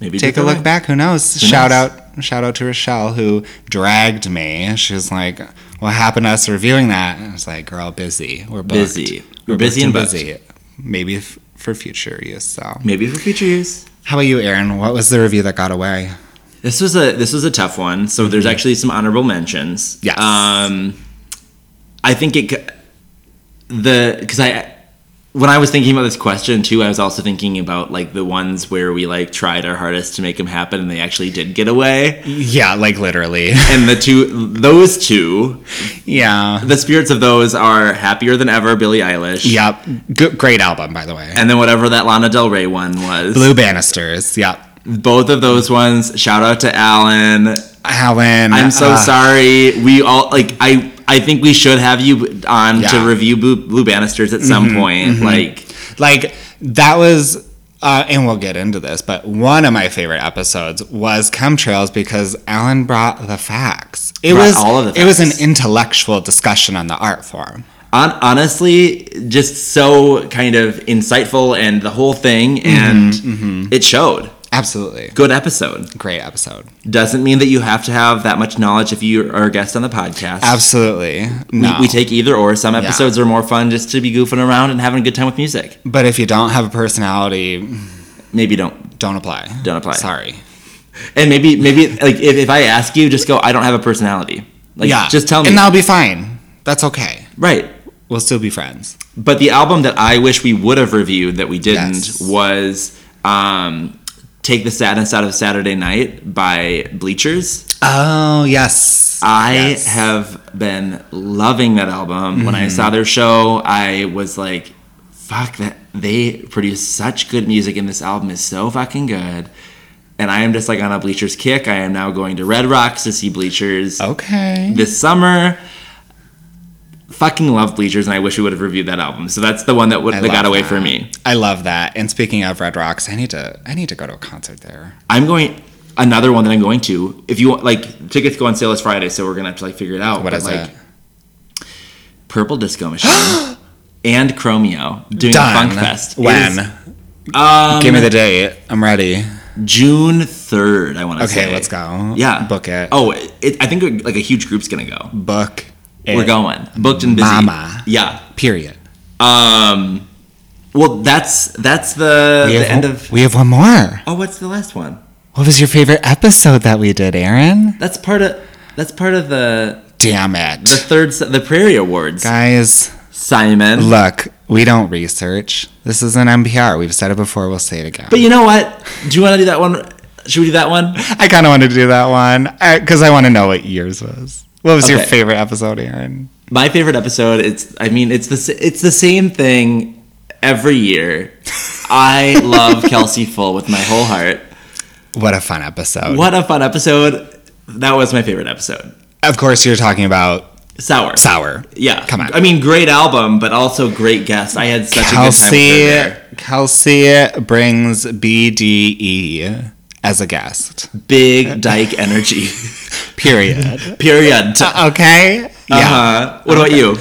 Maybe
take a
Drake
look
away.
back. Who knows? shout
knows?
out, shout out to Rochelle who dragged me. She was like, "What happened to us reviewing that?" And I was like, "Girl, busy. We're booked.
Busy. We're busy
booked
and booked.
Maybe f- for future use." So,
Maybe for future use.
how about you, Aaron? What was the review that got away?
This was a this was a tough one. So there's actually some honorable mentions.
Mm-hmm. Yes.
Um, I think it c- the because I when I was thinking about this question too, I was also thinking about like the ones where we like tried our hardest to make them happen and they actually did get
Mm-hmm.
away.
Yeah, like literally.
And the two, those two,
yeah.
the spirits of those are happier than ever, Billie Eilish.
Yep. G- great album, by the way.
And then whatever that Lana Del Rey one was.
Blue Bannisters. Yep.
Both of those ones. Shout out to Alan.
Helen.
I'm so
uh,
sorry. We all like I. I think we should have you on
Yeah. Mm-hmm.
to review Blue, Blue Bannisters at some point. Like
Like that was, uh, and we'll get into this, but one of my favorite episodes was chemtrails because Alan brought the facts. It
Brought
was
all of the
It was an
facts.
intellectual discussion on the art form.
on, honestly, just so kind of insightful and the whole thing,
Mm-hmm.
and it showed.
Absolutely,
Good episode.
great episode.
Doesn't mean that you have to have that much knowledge if you are a guest on the podcast.
Absolutely,
We,
no.
we take either or. Some episodes are more fun just to be goofing around and having a good time with music.
but if you don't have a personality,
Maybe don't.
don't apply.
Don't apply.
Sorry.
And maybe maybe like if, if I ask you, just go. I don't have a personality. Like
yeah,
just tell me.
and that'll be fine. That's okay.
right.
We'll still be friends.
But the album that I wish we would have reviewed that we didn't
Yes.
was um, "Take the Sadness Out of Saturday Night" by Bleachers.
Oh yes,
I
Yes.
have been loving that album. When I
Mm-hmm.
saw their show, I was like, "Fuck that! They produce such good music, and this album is so fucking good." And I am just like on a Bleachers kick. I am now going to Red Rocks to see Bleachers
Okay.
this summer. Fucking love Bleachers, and I wish we would have reviewed that album. So that's the one that would
I
that got
love
away
that.
from me.
I love that. And speaking of Red Rocks, I need to I need to go to a concert there.
I'm going another one that I'm going to. If you want, like tickets go on sale this Friday, so we're gonna have to like figure it out.
What
But,
is
like,
it?
Purple Disco Machine and Chromeo doing a funk fest. It
When?
is, um,
Give me the date. I'm ready.
June third. I want to say.
Okay, let's go.
Yeah,
Book it.
Oh, it, I think like a huge group's gonna go.
book. It.
We're going booked and busy.
Mama.
Yeah.
Period.
Um. Well, that's that's the,
We have
the end
one-
of.
we have one more.
Oh, what's the last one?
What was your favorite episode that we did, Aaron?
That's part of that's part of the
Damn
the
it.
third se- the Prairie Awards.
Guys,
Simon.
look, we don't research. This is an NPR. We've said it before, we'll say it again.
But you know what? Do you want to do that one? Should we do that one?
I kind of want to do that one because I want to know what yours was. What was your
Okay.
favorite episode, Aaron?
My favorite episode. It's. I mean, it's the s- it's the same thing every year. I love Kelsey Full with my whole heart.
What a fun episode.
What a fun episode! That was my favorite episode.
Of course, you're talking about
Sour.
Sour.
Yeah.
Come on.
I mean, great album, but also great guest. I had such a
Kelsey,
good time with her there.
Kelsey brings BDE as a guest.
Big Dyke energy.
Period.
Period. Uh-huh.
okay. Yeah.
What about you?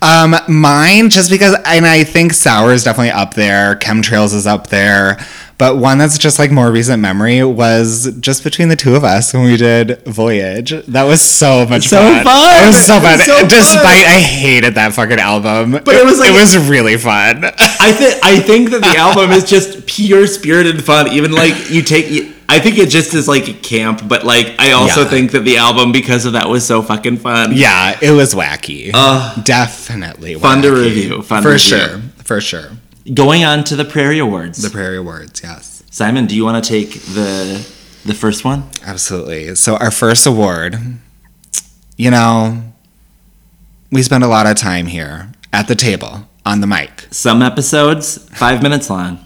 Um, mine just because, and I think Sour is definitely up there. Chemtrails is up there, but one that's just like more recent memory was just between the two of us when we did Voyage. That was so much
So
fun.
fun.
It was so
It was
fun.
so fun.
Despite I hated that fucking album, but
it was like-
it was really fun.
I think I think that the album is just pure spirited fun. Even like you take, I think it just is like camp. But like I also
Yeah.
think that the album because of that was so fucking fun.
Yeah, it was wacky. Definitely
Uh, Fun to
wacky.
review, fun
for
review.
sure. For sure.
Going on to the Prairie Awards,
The Prairie Awards, yes,
Simon, do you want to take the the first one?
absolutely. So our first award, you know, we spend a lot of time here at the table on the mic.
Some episodes five minutes long.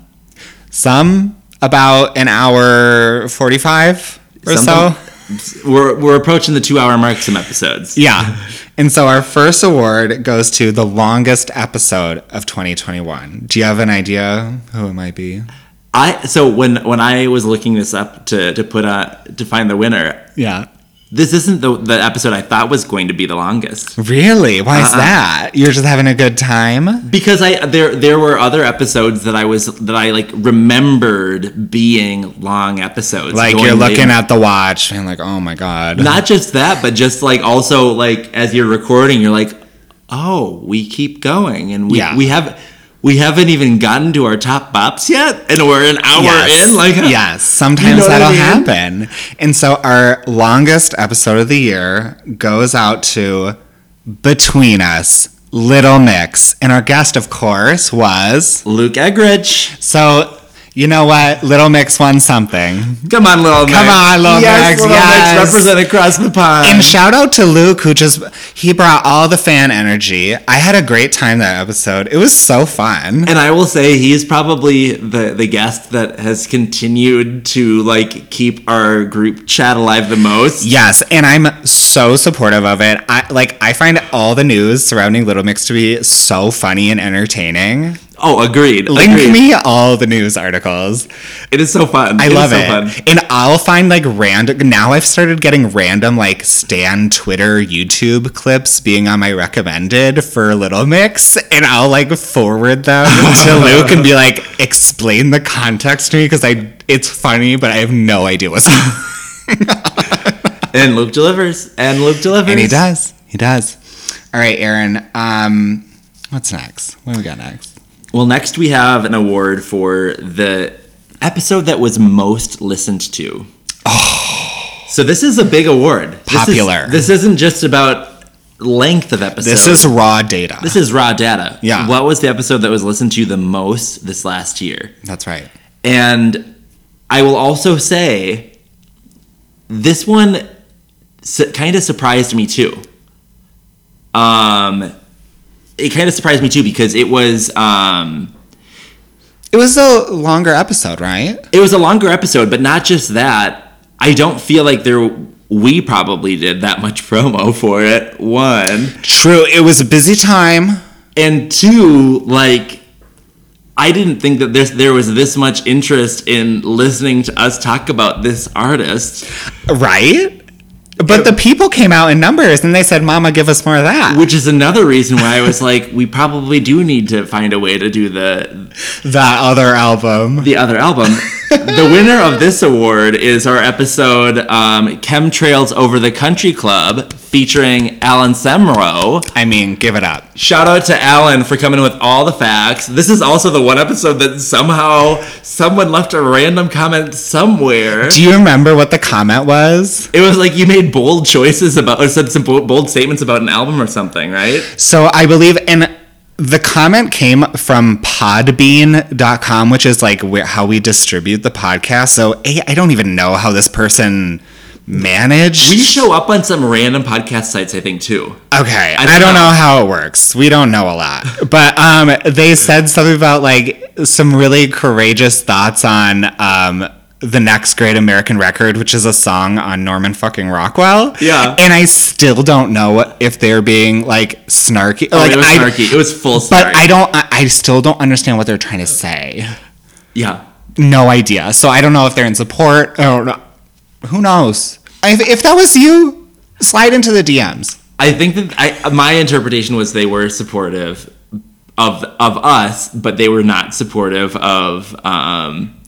Some about an hour forty-five or so.
so. We're we're approaching the two hour mark. Some episodes.
Yeah. And so our first award goes to the longest episode of 2021. Do you have an idea who it might be?
I so when when I was looking this up to to put on to find the winner,
Yeah.
this isn't the the episode I thought was going to be the longest.
Really? Why
Uh-uh.
is that? You're just having a good time?
because I there there were other episodes that I was that I like remembered being long episodes.
Like
going
you're looking
late.
at the watch and like, oh my god.
not just that, but just like also like as you're recording, you're like, oh, we keep going, and we
Yeah.
we have we haven't even gotten to our top bops yet, and we're an hour
Yes.
in. Like
yes, sometimes
what I
that'll
mean?
happen. And so our longest episode of the year goes out to Between Us Little Mix. And our guest, of course, was.
Luke Egridge.
So, you know what? Little Mix won something.
Come on, Little Mix.
Come on, Little
yes,
Mix,
Little
yes.
Mix, represent across the pond.
And shout out to Luke, who just he brought all the fan energy. I had a great time that episode. It was so fun.
And I will say he's probably the the guest that has continued to like keep our group chat alive the most.
Yes, and I'm so supportive of it. I like I find all the news surrounding Little Mix to be so funny and entertaining.
Oh, agreed.
Link
agreed.
me all the news articles.
It is so fun.
I
is
love
so
it.
fun.
And I'll find like random now I've started getting random like Stan Twitter YouTube clips being on my recommended for Little Mix and I'll like forward them to Luke and be like, explain the context to me because I it's funny, but I have no idea what's
And Luke delivers. And Luke delivers.
And he does. He does. All right, Aaron. Um what's next? What do we got next?
Well, next we have an award for the episode that was most listened to. Oh. So this is a big award. This is-
Popular.
This, isn't just about length of episode.
This is raw data.
this is raw data.
Yeah.
What was the episode that was listened to the most this last year?
That's right.
And I will also say this one su- kind of surprised me too. Um, it kind of surprised me too because it was um,
It was a longer episode, right?
it was a longer episode, but not just that. I don't feel like there we probably did that much promo for it. One.
True. It was a busy time.
and two like i didn't think that this there was this much interest in listening to us talk about this artist
Right? But the people came out in numbers and they said, Mama, give us more of that.
which is another reason why i was like we probably do need to find a way to do the
That other album.
the other album the winner of this award is our episode um, chemtrails over the country club featuring alan semro
I mean, give it up.
Shout out to Alan for coming with all the facts. This is also the one episode that somehow someone left a random comment somewhere.
Do you remember what the comment was?
It was like you made bold choices about, or said some bo- bold statements about an album or something, right?
So I believe, and the comment came from podbean.com, which is like where, how we distribute the podcast. So I I don't even know how this person managed.
We show up on some random podcast sites, I think, too.
Okay,
I
I
don't
don't,
know.
know. how it works. We don't know a lot, but um, they said something about like some really courageous thoughts on um, the next great American record, which is a song on Norman fucking Rockwell.
Yeah.
and I still don't know if they're being like snarky. Like
it was
I,
Oh, snarky. It was full
but
snark.
I don't. I, I still don't understand what they're trying to say.
yeah.
No idea. So I don't know if they're in support. I don't know. Who knows? If, if that was you, slide into the DMs.
I think that I, my interpretation was they were supportive of of us, but they were not supportive of um,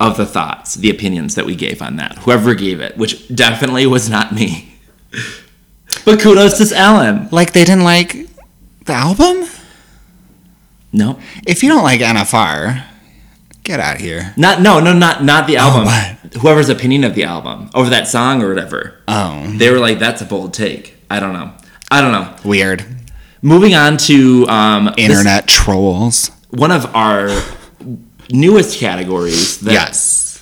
of the thoughts, the opinions that we gave on that. Whoever gave it, which definitely was not me. But kudos to Alan.
Like they didn't like the album?
No,
If you don't like NFR, get out of here.
not no no not not
Oh,
the album.
what?
Whoever's opinion of the album over that song or whatever,
Oh,
they were like, "That's a bold take." I don't know. I don't know.
weird.
Moving on to um, this-
Internet trolls.
one of our newest categories that
Yes.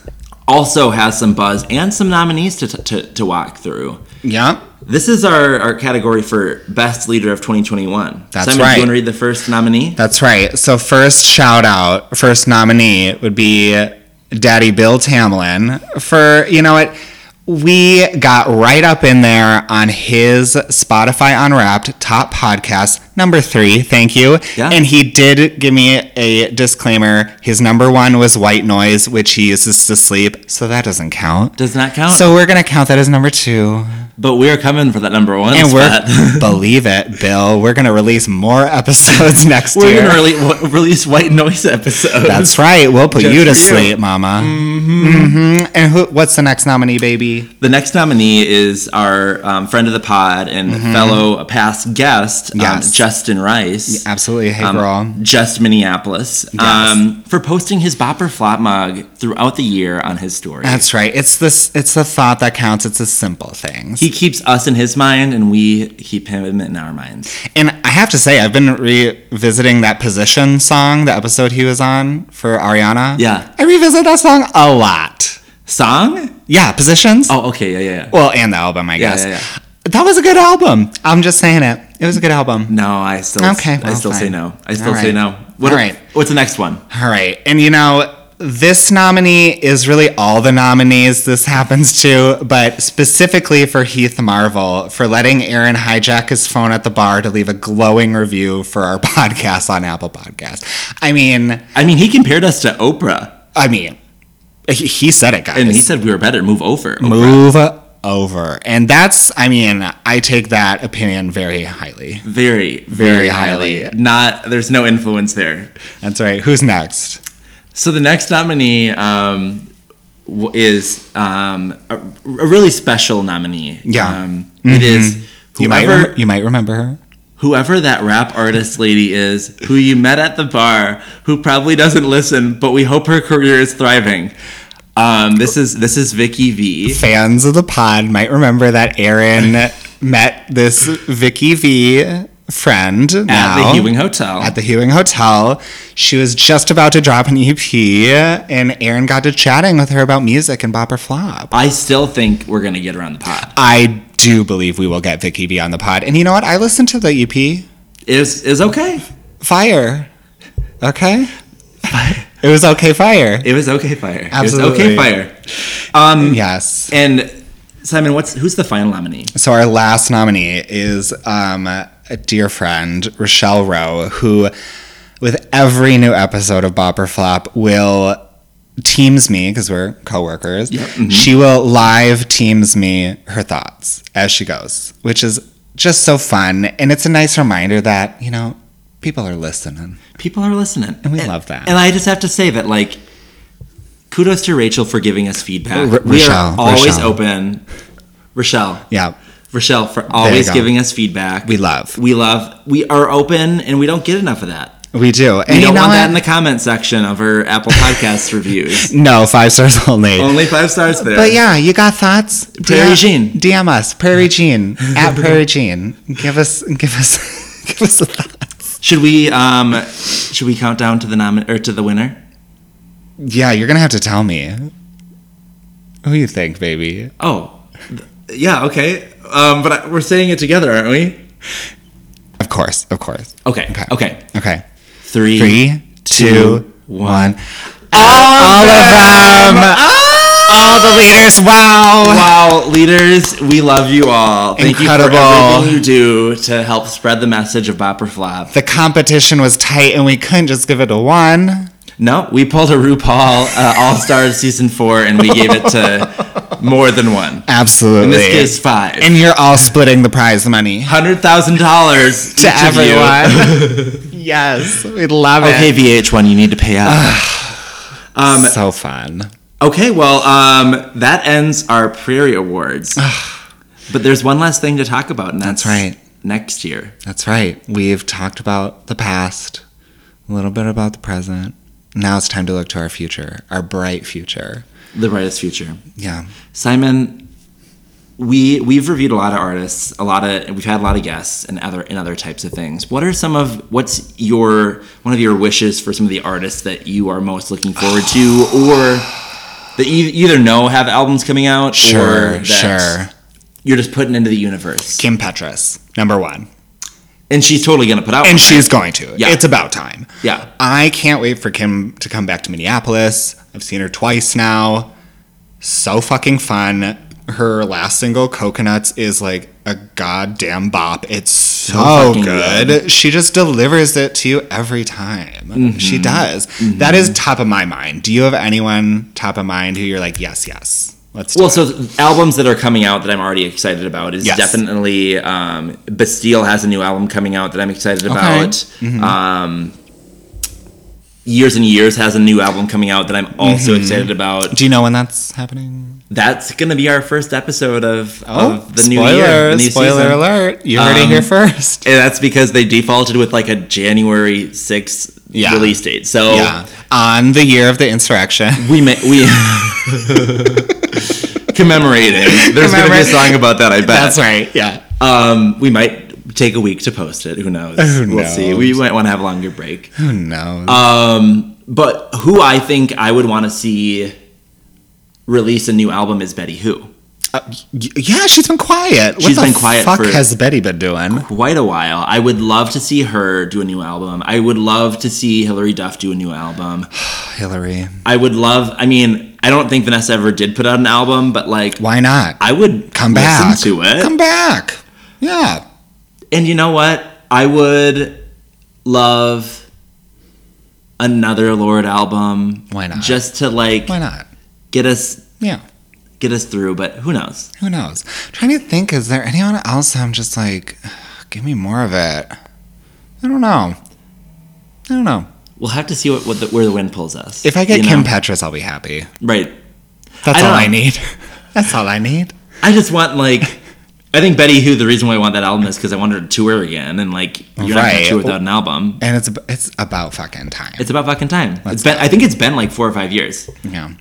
also has some buzz and some nominees to, to, to walk through.
Yep.
This is our, our category for Best Leader of 2021.
That's
Simon, Do
right.
you want to read the first nominee?
That's right. So first shout out, first nominee would be Daddy Bill Tamlin for you know what we got right up in there on his Spotify Unwrapped top podcast number three. Thank you.
Yeah.
And he did give me a disclaimer. His number one was White Noise, which he uses to sleep, so that doesn't count.
Does not count.
So we're gonna count that as number two,
but we're coming for that number one
and
spot.
we're believe it, Bill. We're gonna release more episodes next
We're
year.
going to release White Noise episode.
That's right. We'll put
Just
you to
for you.
sleep, Mama. hmm And who? What's the next nominee, baby? nominee.
The next nominee is our um, friend of the pod and fellow past guest, um,
Mm-hmm. Yes.
Justin Rice.
Absolutely. Hey,
um,
girl.
Just Minneapolis. Um, for posting his bopper flop mug throughout the year on his story.
That's right. It's this. It's the thought that counts. It's the simple things.
he keeps us in his mind, and we keep him in our minds.
and I have to say, I've been revisiting that position song, the episode he was on for Ariana.
Yeah.
I revisit that song a lot.
Song?
Yeah, positions.
Oh, okay, yeah, yeah, yeah.
Well, and the album, I
Yeah,
guess.
yeah,
That was a good album. I'm just saying it. It was a good album.
No, I still,
Okay,
I
well,
still say
fine.
no. I still
All
say
right.
no. What
All right.
What's the next one?
All right. And you know, this nominee is really all the nominees this happens to, but specifically for Heath Marvel for letting Aaron hijack his phone at the bar to leave a glowing review for our podcast on Apple Podcast. I mean,
I mean, he compared us to Oprah,
I mean, he, he said it, guys.
and he said we were better. Move over. Oprah.
move over. And that's, I mean, I take that opinion very highly.
Very, very
Very
highly.
highly.
Not there's no influence there.
That's right. Who's next?
So the next nominee um, w- is um, a, a really special nominee.
Yeah. Mm-hmm.
um, it is
You might,
whoever
rem- you might remember her.
whoever that rap artist lady is, who you met at the bar, who probably doesn't listen, but we hope her career is thriving. Um, this is this is Vicky V.
fans of the pod might remember that Aaron met this Vicky V friend
At
now
the Hewing Hotel.
at the Hewing Hotel. She was just about to drop an EP, and Aaron got to chatting with her about music and bop or flop.
I still think we're gonna get her on the pod.
I do believe we will get Vicky V on the pod, and you know what? I listened to the EP.
Is is okay.
Fire, okay. it was okay. Fire.
It was okay fire. It
Absolutely.
was okay fire. Um,
Yes.
And Simon, what's who's the final nominee?
So our last nominee is um, a dear friend, Rochelle Rowe, who, with every new episode of Bopper Flop, will teams me because we're coworkers.
mm-hmm.
She will live teams me her thoughts as she goes, which is just so fun, and it's a nice reminder that you know people are listening.
People are listening,
And we love that.
And I just have to say that, like, kudos to Rachel for giving us feedback.
R-
we are
Rochelle,
always
Rochelle.
open. Rochelle,
Yeah,
Rochelle, for always
go.
giving us feedback.
we love,
we love, we are open, and we don't get enough of that.
we do, and
We
you
don't
know
want that in
what?
the comment section of our Apple Podcast reviews.
no five stars only.
Only five stars there.
But yeah, you got thoughts?
Prairie
DM,
Jean.
DM us, Prairie Jean at Prairie Jean. Give us, give us, give us a thoughts.
Should we um, should we count down to the nomin or to the winner?
Yeah, you're gonna have to tell me. Who you think, baby?
Oh, th- yeah, okay. Um, but I, we're saying it together, aren't we?
Of course, of course.
Okay. Okay.
Okay. Okay,
Three.
three,
two,
two,
one.
one. All, of them. Ah! All the leaders. Wow.
Wow, leaders, we love you all. Thank you for
Incredible.
everything you do to help spread the message of Bopper Flop.
The competition was tight, and we couldn't just give it a one.
No, we pulled a RuPaul uh, All Stars season four, and we gave it to more than one.
Absolutely.
In this case, five.
and you're all splitting the prize money.
Hundred thousand dollars
to everyone. yes, we love
Okay,
it.
VH1, you need to pay up. um,
so fun.
Okay, well, um, that ends our Prairie Awards. but there's one last thing to talk about, and that's,
That's right.
Next year,
That's right. We've talked about the past, a little bit about the present. Now it's time to look to our future, our bright future.
the brightest future.
Yeah.
Simon, we we've reviewed a lot of artists, a lot of we've had a lot of guests and other and other types of things. What are some of what's your one of your wishes for some of the artists that you are most looking forward to, or that you either know have albums coming out, or
Sure,
that
sure.
you're just putting into the universe,
Kim Petras, number one.
and she's totally gonna put out.
And
one,
she's going to.
Yeah.
It's about time.
right? yeah.
I can't wait for Kim to come back to Minneapolis. I've seen her twice now. So fucking fun. Her last single, Coconuts, is like a goddamn bop. It's so
fucking
good. She just delivers it to you every time.
Mm-hmm.
She does. That is top of my mind. Do you have anyone top of mind who you're like, yes, yes, let's do
Well,
it?
so th- albums that are coming out that I'm already excited about is
Yes.
definitely um,
Mm-hmm.
Bastille has a new album coming out that I'm excited about. Um, years and years has a new album coming out that I'm also
Mm-hmm.
excited about.
Do you know when that's happening?
That's gonna be our first episode of, of Oh, the
Oh, spoiler,
new year, the new
spoiler
season.
alert! You heard it
Um,
here first.
And that's because they defaulted with like a January sixth
Yeah.
release date. So
Yeah, on the year of the insurrection.
we may, we commemorating. There's gonna be a
Commemorate.
song about that. I bet.
That's right. Yeah.
Um, we might take a week to post it. Who knows?
Who
We'll see.
knows?
We might want to have a longer break.
Who knows?
Um, But who I think I would want to see release a new album is Betty Who.
Uh, y- yeah, she's been quiet. What
She's
the
been quiet
Fuck
for-
has Betty been doing?
Quite a while. I would love to see her do a new album. I would love to see Hilary Duff do a new album.
Hillary,
I would love. I mean, I don't think Vanessa ever did put out an album, but like,
why not?
I would
Come
listen
back
to it.
Come back. Yeah.
And you know what? I would love another Lord album.
Why not?
Just to like
Why not?
get us
Yeah.
get us through, but who knows?
Who knows? trying to think. Is there anyone else? I'm just like, give me more of it. I don't know. I don't know.
We'll have to see what, what the, where the wind pulls us.
If I get
you
Kim
know?
Petras, I'll be happy.
right.
That's
I
all
don't
I
know.
need. That's all I need.
I just want like I think Betty Who the reason why I want that album is because I want her to tour again, and like you're not gonna
Right.
tour without an album.
And it's ab- it's about fucking time.
It's about fucking time. it's been I think it's been like four or five years.
yeah.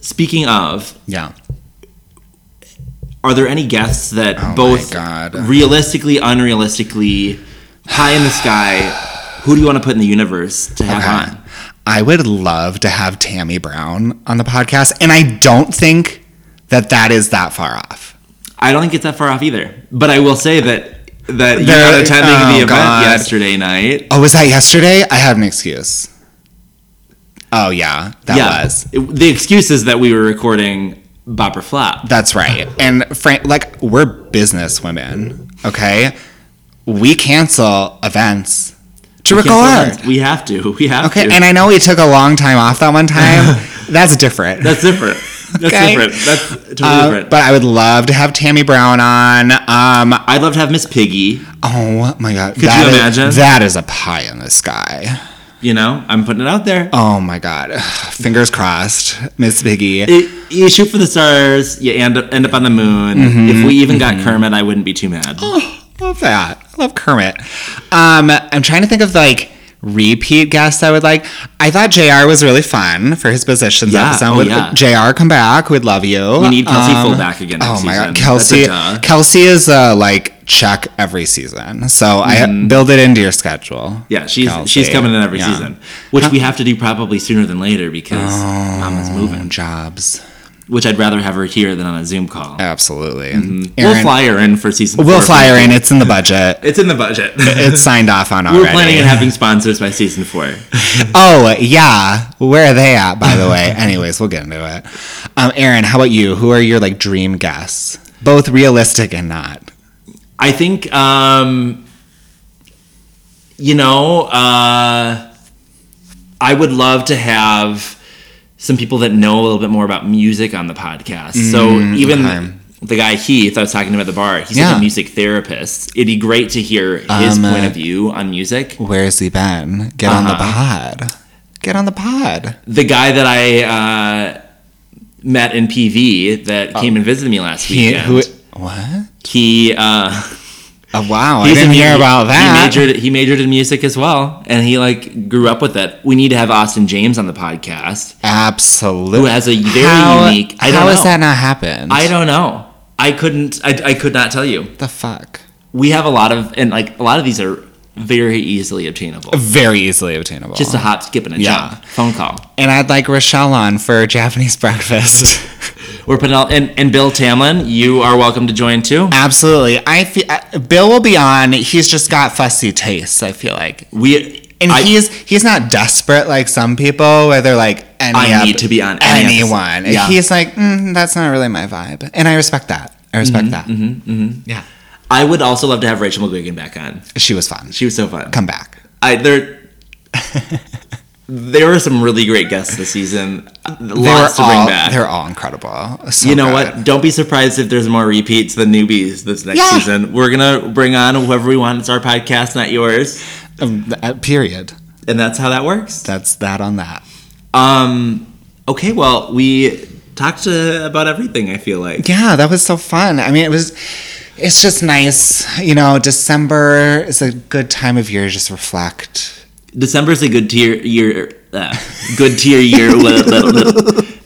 Speaking of,
Yeah.
are there any guests that
Oh my
both
God.
realistically, unrealistically, high in the sky, who do you want to put in the universe to have on?
I would love to have Tammy Brown on the podcast, and I don't think that that is that far off.
I don't think it's that far off either. But I will say that that you
There-
were attending
oh,
the event
God.
yesterday night.
Oh, was that yesterday? I have an excuse. Oh yeah, that was.
It- the excuse is that we were recording Bopper Flop.
That's right. And Frank, like we're business women, okay? We cancel events to record.
We have to. We have
Okay,
to.
and I know we took a long time off that one time. That's different.
That's different. That's
Okay.
different. That's totally
Uh,
different.
but I would love to have Tammy Brown on. Um,
I'd love to have Miss Piggy.
Oh my god! Could
you imagine?
that is a pie in the sky.
You know, I'm putting it out there.
Oh my god! Fingers crossed, Miss Biggie.
It, you shoot for the stars, you end up, end up on the moon. If we even got Kermit, I wouldn't be too mad.
Mm-hmm. Oh, love that. I love Kermit. Um, I'm trying to think of like repeat guests I would like. I thought Jr. was really fun for his positions
Yeah,
episode.
oh
Would-
yeah.
Jr. come back? We'd love you.
We need Kelsey Full back again next
Oh my
season.
god, Kelsey!
That's a duh.
Kelsey is uh, like check every season, so I build it into your schedule.
Mm-hmm. Yeah, she's
Kelsey.
she's coming in every
Yeah.
season, which we have to do probably sooner than later because
Oh.
Mama's moving.
Jobs.
Which I'd rather have her here than on a Zoom call.
Absolutely.
Mm-hmm. we'll
Aaron,
fly her in for season.
We'll
four.
fly her in. It's in the budget.
It's in the budget.
It's signed off on already.
We're planning on having sponsors by season four.
Oh yeah, where are they at? By the way, anyways, we'll get into it. Um, Aaron, how about you? Who are your like dream guests, both realistic and not?
I think, um, you know, uh, I would love to have some people that know a little bit more about music on the podcast. so even the guy Heath, I was talking to him at the bar, he's like
Mm, Yeah.
a music therapist. It'd be great to hear his
Um,
point
uh,
of view on music.
Where's he been? Get on the
Uh-huh.
pod. Get on the pod.
The guy that I uh, met in PV that came and visited me last
Oh. He,
weekend.
who? What?
he uh,
Oh, wow, I
He's a
didn't
mu-
hear about that.
He majored, he majored in music as well, and he like grew up with it. We need to have Austin James on the podcast.
Absolutely.
Who has a very unique- I don't
how
know.
has that not happened?
I don't know. I couldn't. I, I could not tell you.
the fuck.
We have a lot of and like a lot of these are very easily obtainable.
Very easily obtainable.
Just a hop, skip, and a
Yeah.
jump. Phone call.
and I'd like Rochelle on for Japanese breakfast.
We're putting out and, and Bill Tamlin. You are welcome to join too.
Absolutely. I feel uh, Bill will be on. He's just got fussy tastes. I feel like,
We
and
I-
he's he's not desperate like some people where they're like, any
I
ep-
need to be on any
anyone.
episode. Yeah.
He's like, mm, that's not really my vibe, and I respect that. I
Mm-hmm,
respect that. Yeah,
I would also love to have Rachel McGuigan back on.
she was fun. She
She was so fun.
come back.
I there. there were some really great guests this season.
They were
Lots to bring
all
back.
they're all incredible. So
you know
good.
what? Don't be surprised if there's more repeats than newbies this next
Yeah.
season. We're gonna bring on whoever we want. It's our podcast, not yours.
Um, th- uh, period.
and that's how that works.
That's that on that.
Um, okay, well, we talked uh, about everything, I feel like.
Yeah, that was so fun. I mean, it was. It's just nice, you know. December is a good time of year to just reflect.
December's a good tier year, uh, good tier year.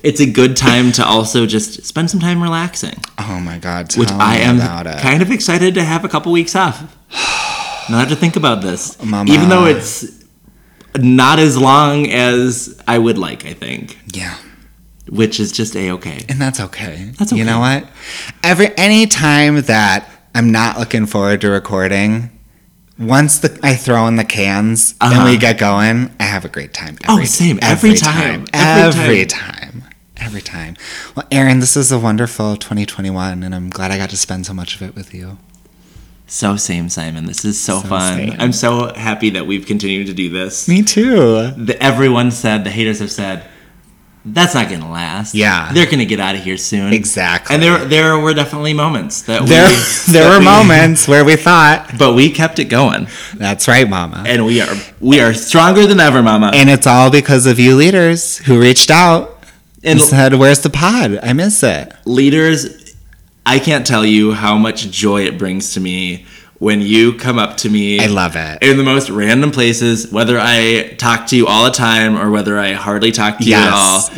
it's a good time to also just spend some time relaxing,
Oh my God,
which
tell
I
me
am
about it.
kind of excited to have a couple weeks off. Not have to think about this,
Mama.
even though it's not as long as I would like. I think,
yeah.
which is just a okay.
and that's okay.
That's
You
okay.
know what? Every any time that I'm not looking forward to recording, once the I throw in the cans and we
Uh-huh.
get going, I have a great time.
Oh, same. Every time. Every
Every time. Every time. Well, Aaron, this is a wonderful 2021, and I'm glad I got to spend so much of it with you.
So same, Simon. This is so,
So
fun.
same.
I'm so happy that we've continued to do this.
Me too.
The, everyone said the haters have said that's not going to last.
Yeah.
they're going to get out of here soon.
Exactly.
And there, there were definitely moments that
There,
we,
there
that
were
we-
moments where we thought,
but we kept it going,
that's right, Mama.
and we are we are stronger than ever, Mama.
And it's all because of you leaders who reached out
And
and said, Where's the pod? I miss it.
leaders, I can't tell you how much joy it brings to me when you come up to me.
I love it.
in the most random places, whether I talk to you all the time or whether I hardly talk to you at all.
Yes.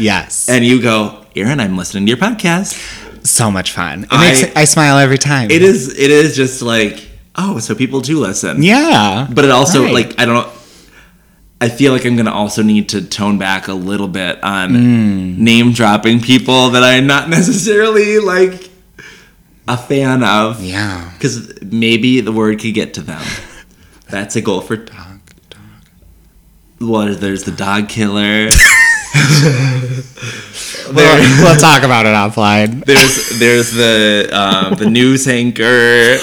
Yes.
And you go, Aaron, I'm listening to your podcast.
so much fun. It
I-
makes I smile every time.
It is it is just like, oh, so people do listen.
Yeah.
But it also
Right.
like I don't know I feel like I'm gonna also need to tone back a little bit on
Hmm.
name dropping people that I'm not necessarily like a fan of.
Yeah.
Because maybe the word could get to them. That's a goal for
Dog, dog.
Well, there's the dog killer. there,
We'll, we'll talk about it offline.
there's there's the uh, the news anchor.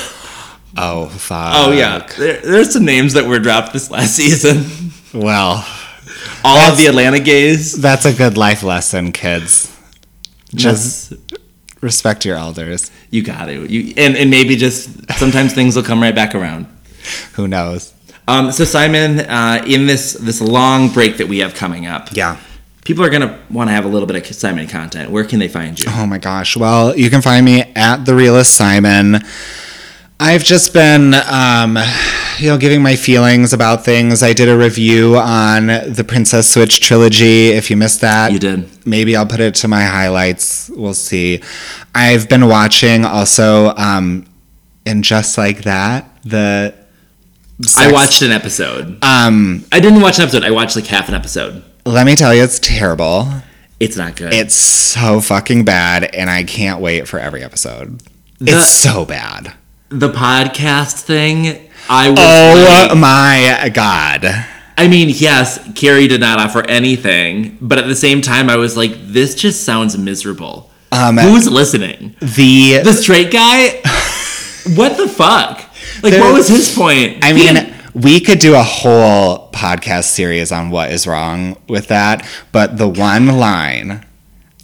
Oh fuck.
Oh yeah, there, there's some names that were dropped this last season.
Well,
All of the Atlanta gays.
that's a good life lesson, kids. Just
Just
respect your elders.
you got it. You and, and maybe just sometimes things will come right back around.
Who knows?
Um, so Simon, uh, in this this long break that we have coming up,
Yeah.
people are gonna want to have a little bit of Simon content. Where can they find you?
Oh my gosh. Well, you can find me at the realist Simon. I've just been, um, you know, giving my feelings about things. I did a review on the Princess Switch trilogy. If you missed that,
You did.
Maybe I'll put it to my highlights. We'll see. I've been watching also, um, and just like that, the
I
sex-
watched an episode.
Um,
I didn't watch an episode. I watched like half an episode.
let me tell you, it's terrible.
It's not good.
It's so fucking bad, and I can't wait for every episode.
The-
it's so bad.
the podcast thing, I was.
Oh
like-
my god.
I mean, yes, Carrie did not offer anything, but at the same time, I was like, this just sounds miserable.
Um,
Who's listening?
the
The straight guy? what the fuck? Like, what was his point?
I
He
mean,
didn't-
we could do a whole podcast series on what is wrong with that, but the one line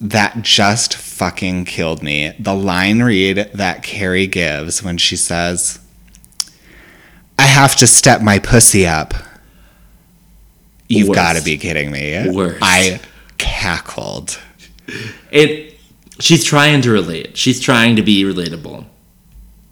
that just fucking killed me, the line read that Carrie gives when she says, I have to step my pussy up. You've
Worst.
got to be kidding me.
Worst.
I cackled.
it. She's trying to relate. She's trying to be relatable.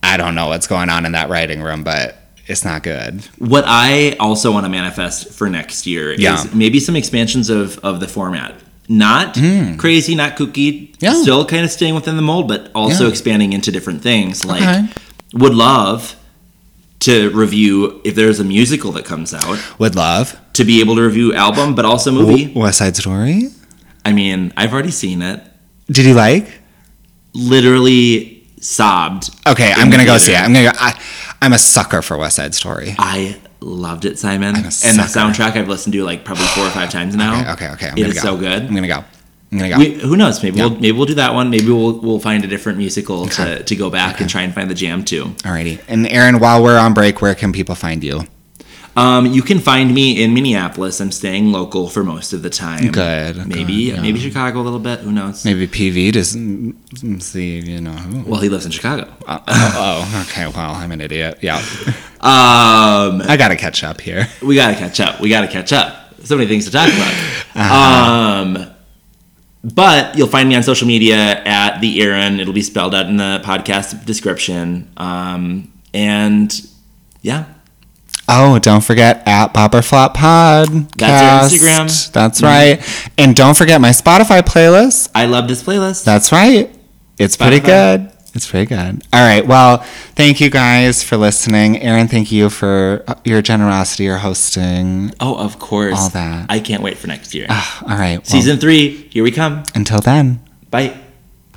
I don't know what's going on in that writing room, but it's not good.
What I also want to manifest for next year
Yeah.
is maybe some expansions of of the format. Not crazy, not kooky.
Hmm. Yeah.
Still kind of staying within the mold, but also
Yeah.
expanding into different things. Like
Okay.
would love to review if there's a musical that comes out
Would love.
to be able to review album but also movie.
West Side Story.
I mean, I've already seen it.
Did you like?
Literally sobbed.
Okay,
in
I'm gonna
the
go
theater.
see it. I'm gonna go. I, I'm a sucker for West Side Story.
I loved it, Simon.
I'm a
And the
sucker.
soundtrack I've listened to like probably four or five times now.
Okay, okay, okay. I'm
It
gonna
is
go.
so good.
I'm gonna go. I'm gonna go.
We, who knows? Maybe we'll maybe we'll do that one. Maybe we'll we'll find a different musical to, to go back and try and find the jam to.
Alrighty. And Aaron, while we're on break, where can people find you?
Um, you can find me in Minneapolis. I'm staying local for most of the time.
Good,
Maybe
good, yeah.
maybe Chicago a little bit. Who knows?
Maybe PV doesn't see, you know. Who.
Well, he lives in Chicago.
Uh, oh, oh, okay. Well, I'm an idiot. Yeah.
Um,
I got to catch up here.
we gotta catch up. We gotta catch up. So many things to talk about.
Uh-huh.
Um, but you'll find me on social media at the Aaron. It'll be spelled out in the podcast description. Um, and yeah,
Oh, don't forget at Popper Flop Pod.
That's our Instagram. Mm-hmm.
That's right. And don't forget my Spotify playlist.
I love this playlist.
That's right. It's pretty
Spotify.
good. It's pretty good. All right. Well, thank you guys for listening. Aaron, thank you for uh, your generosity, your hosting.
oh, of course.
All that.
I can't wait for next year.
All right. Well,
Season three. Here we come.
Until then.
Bye.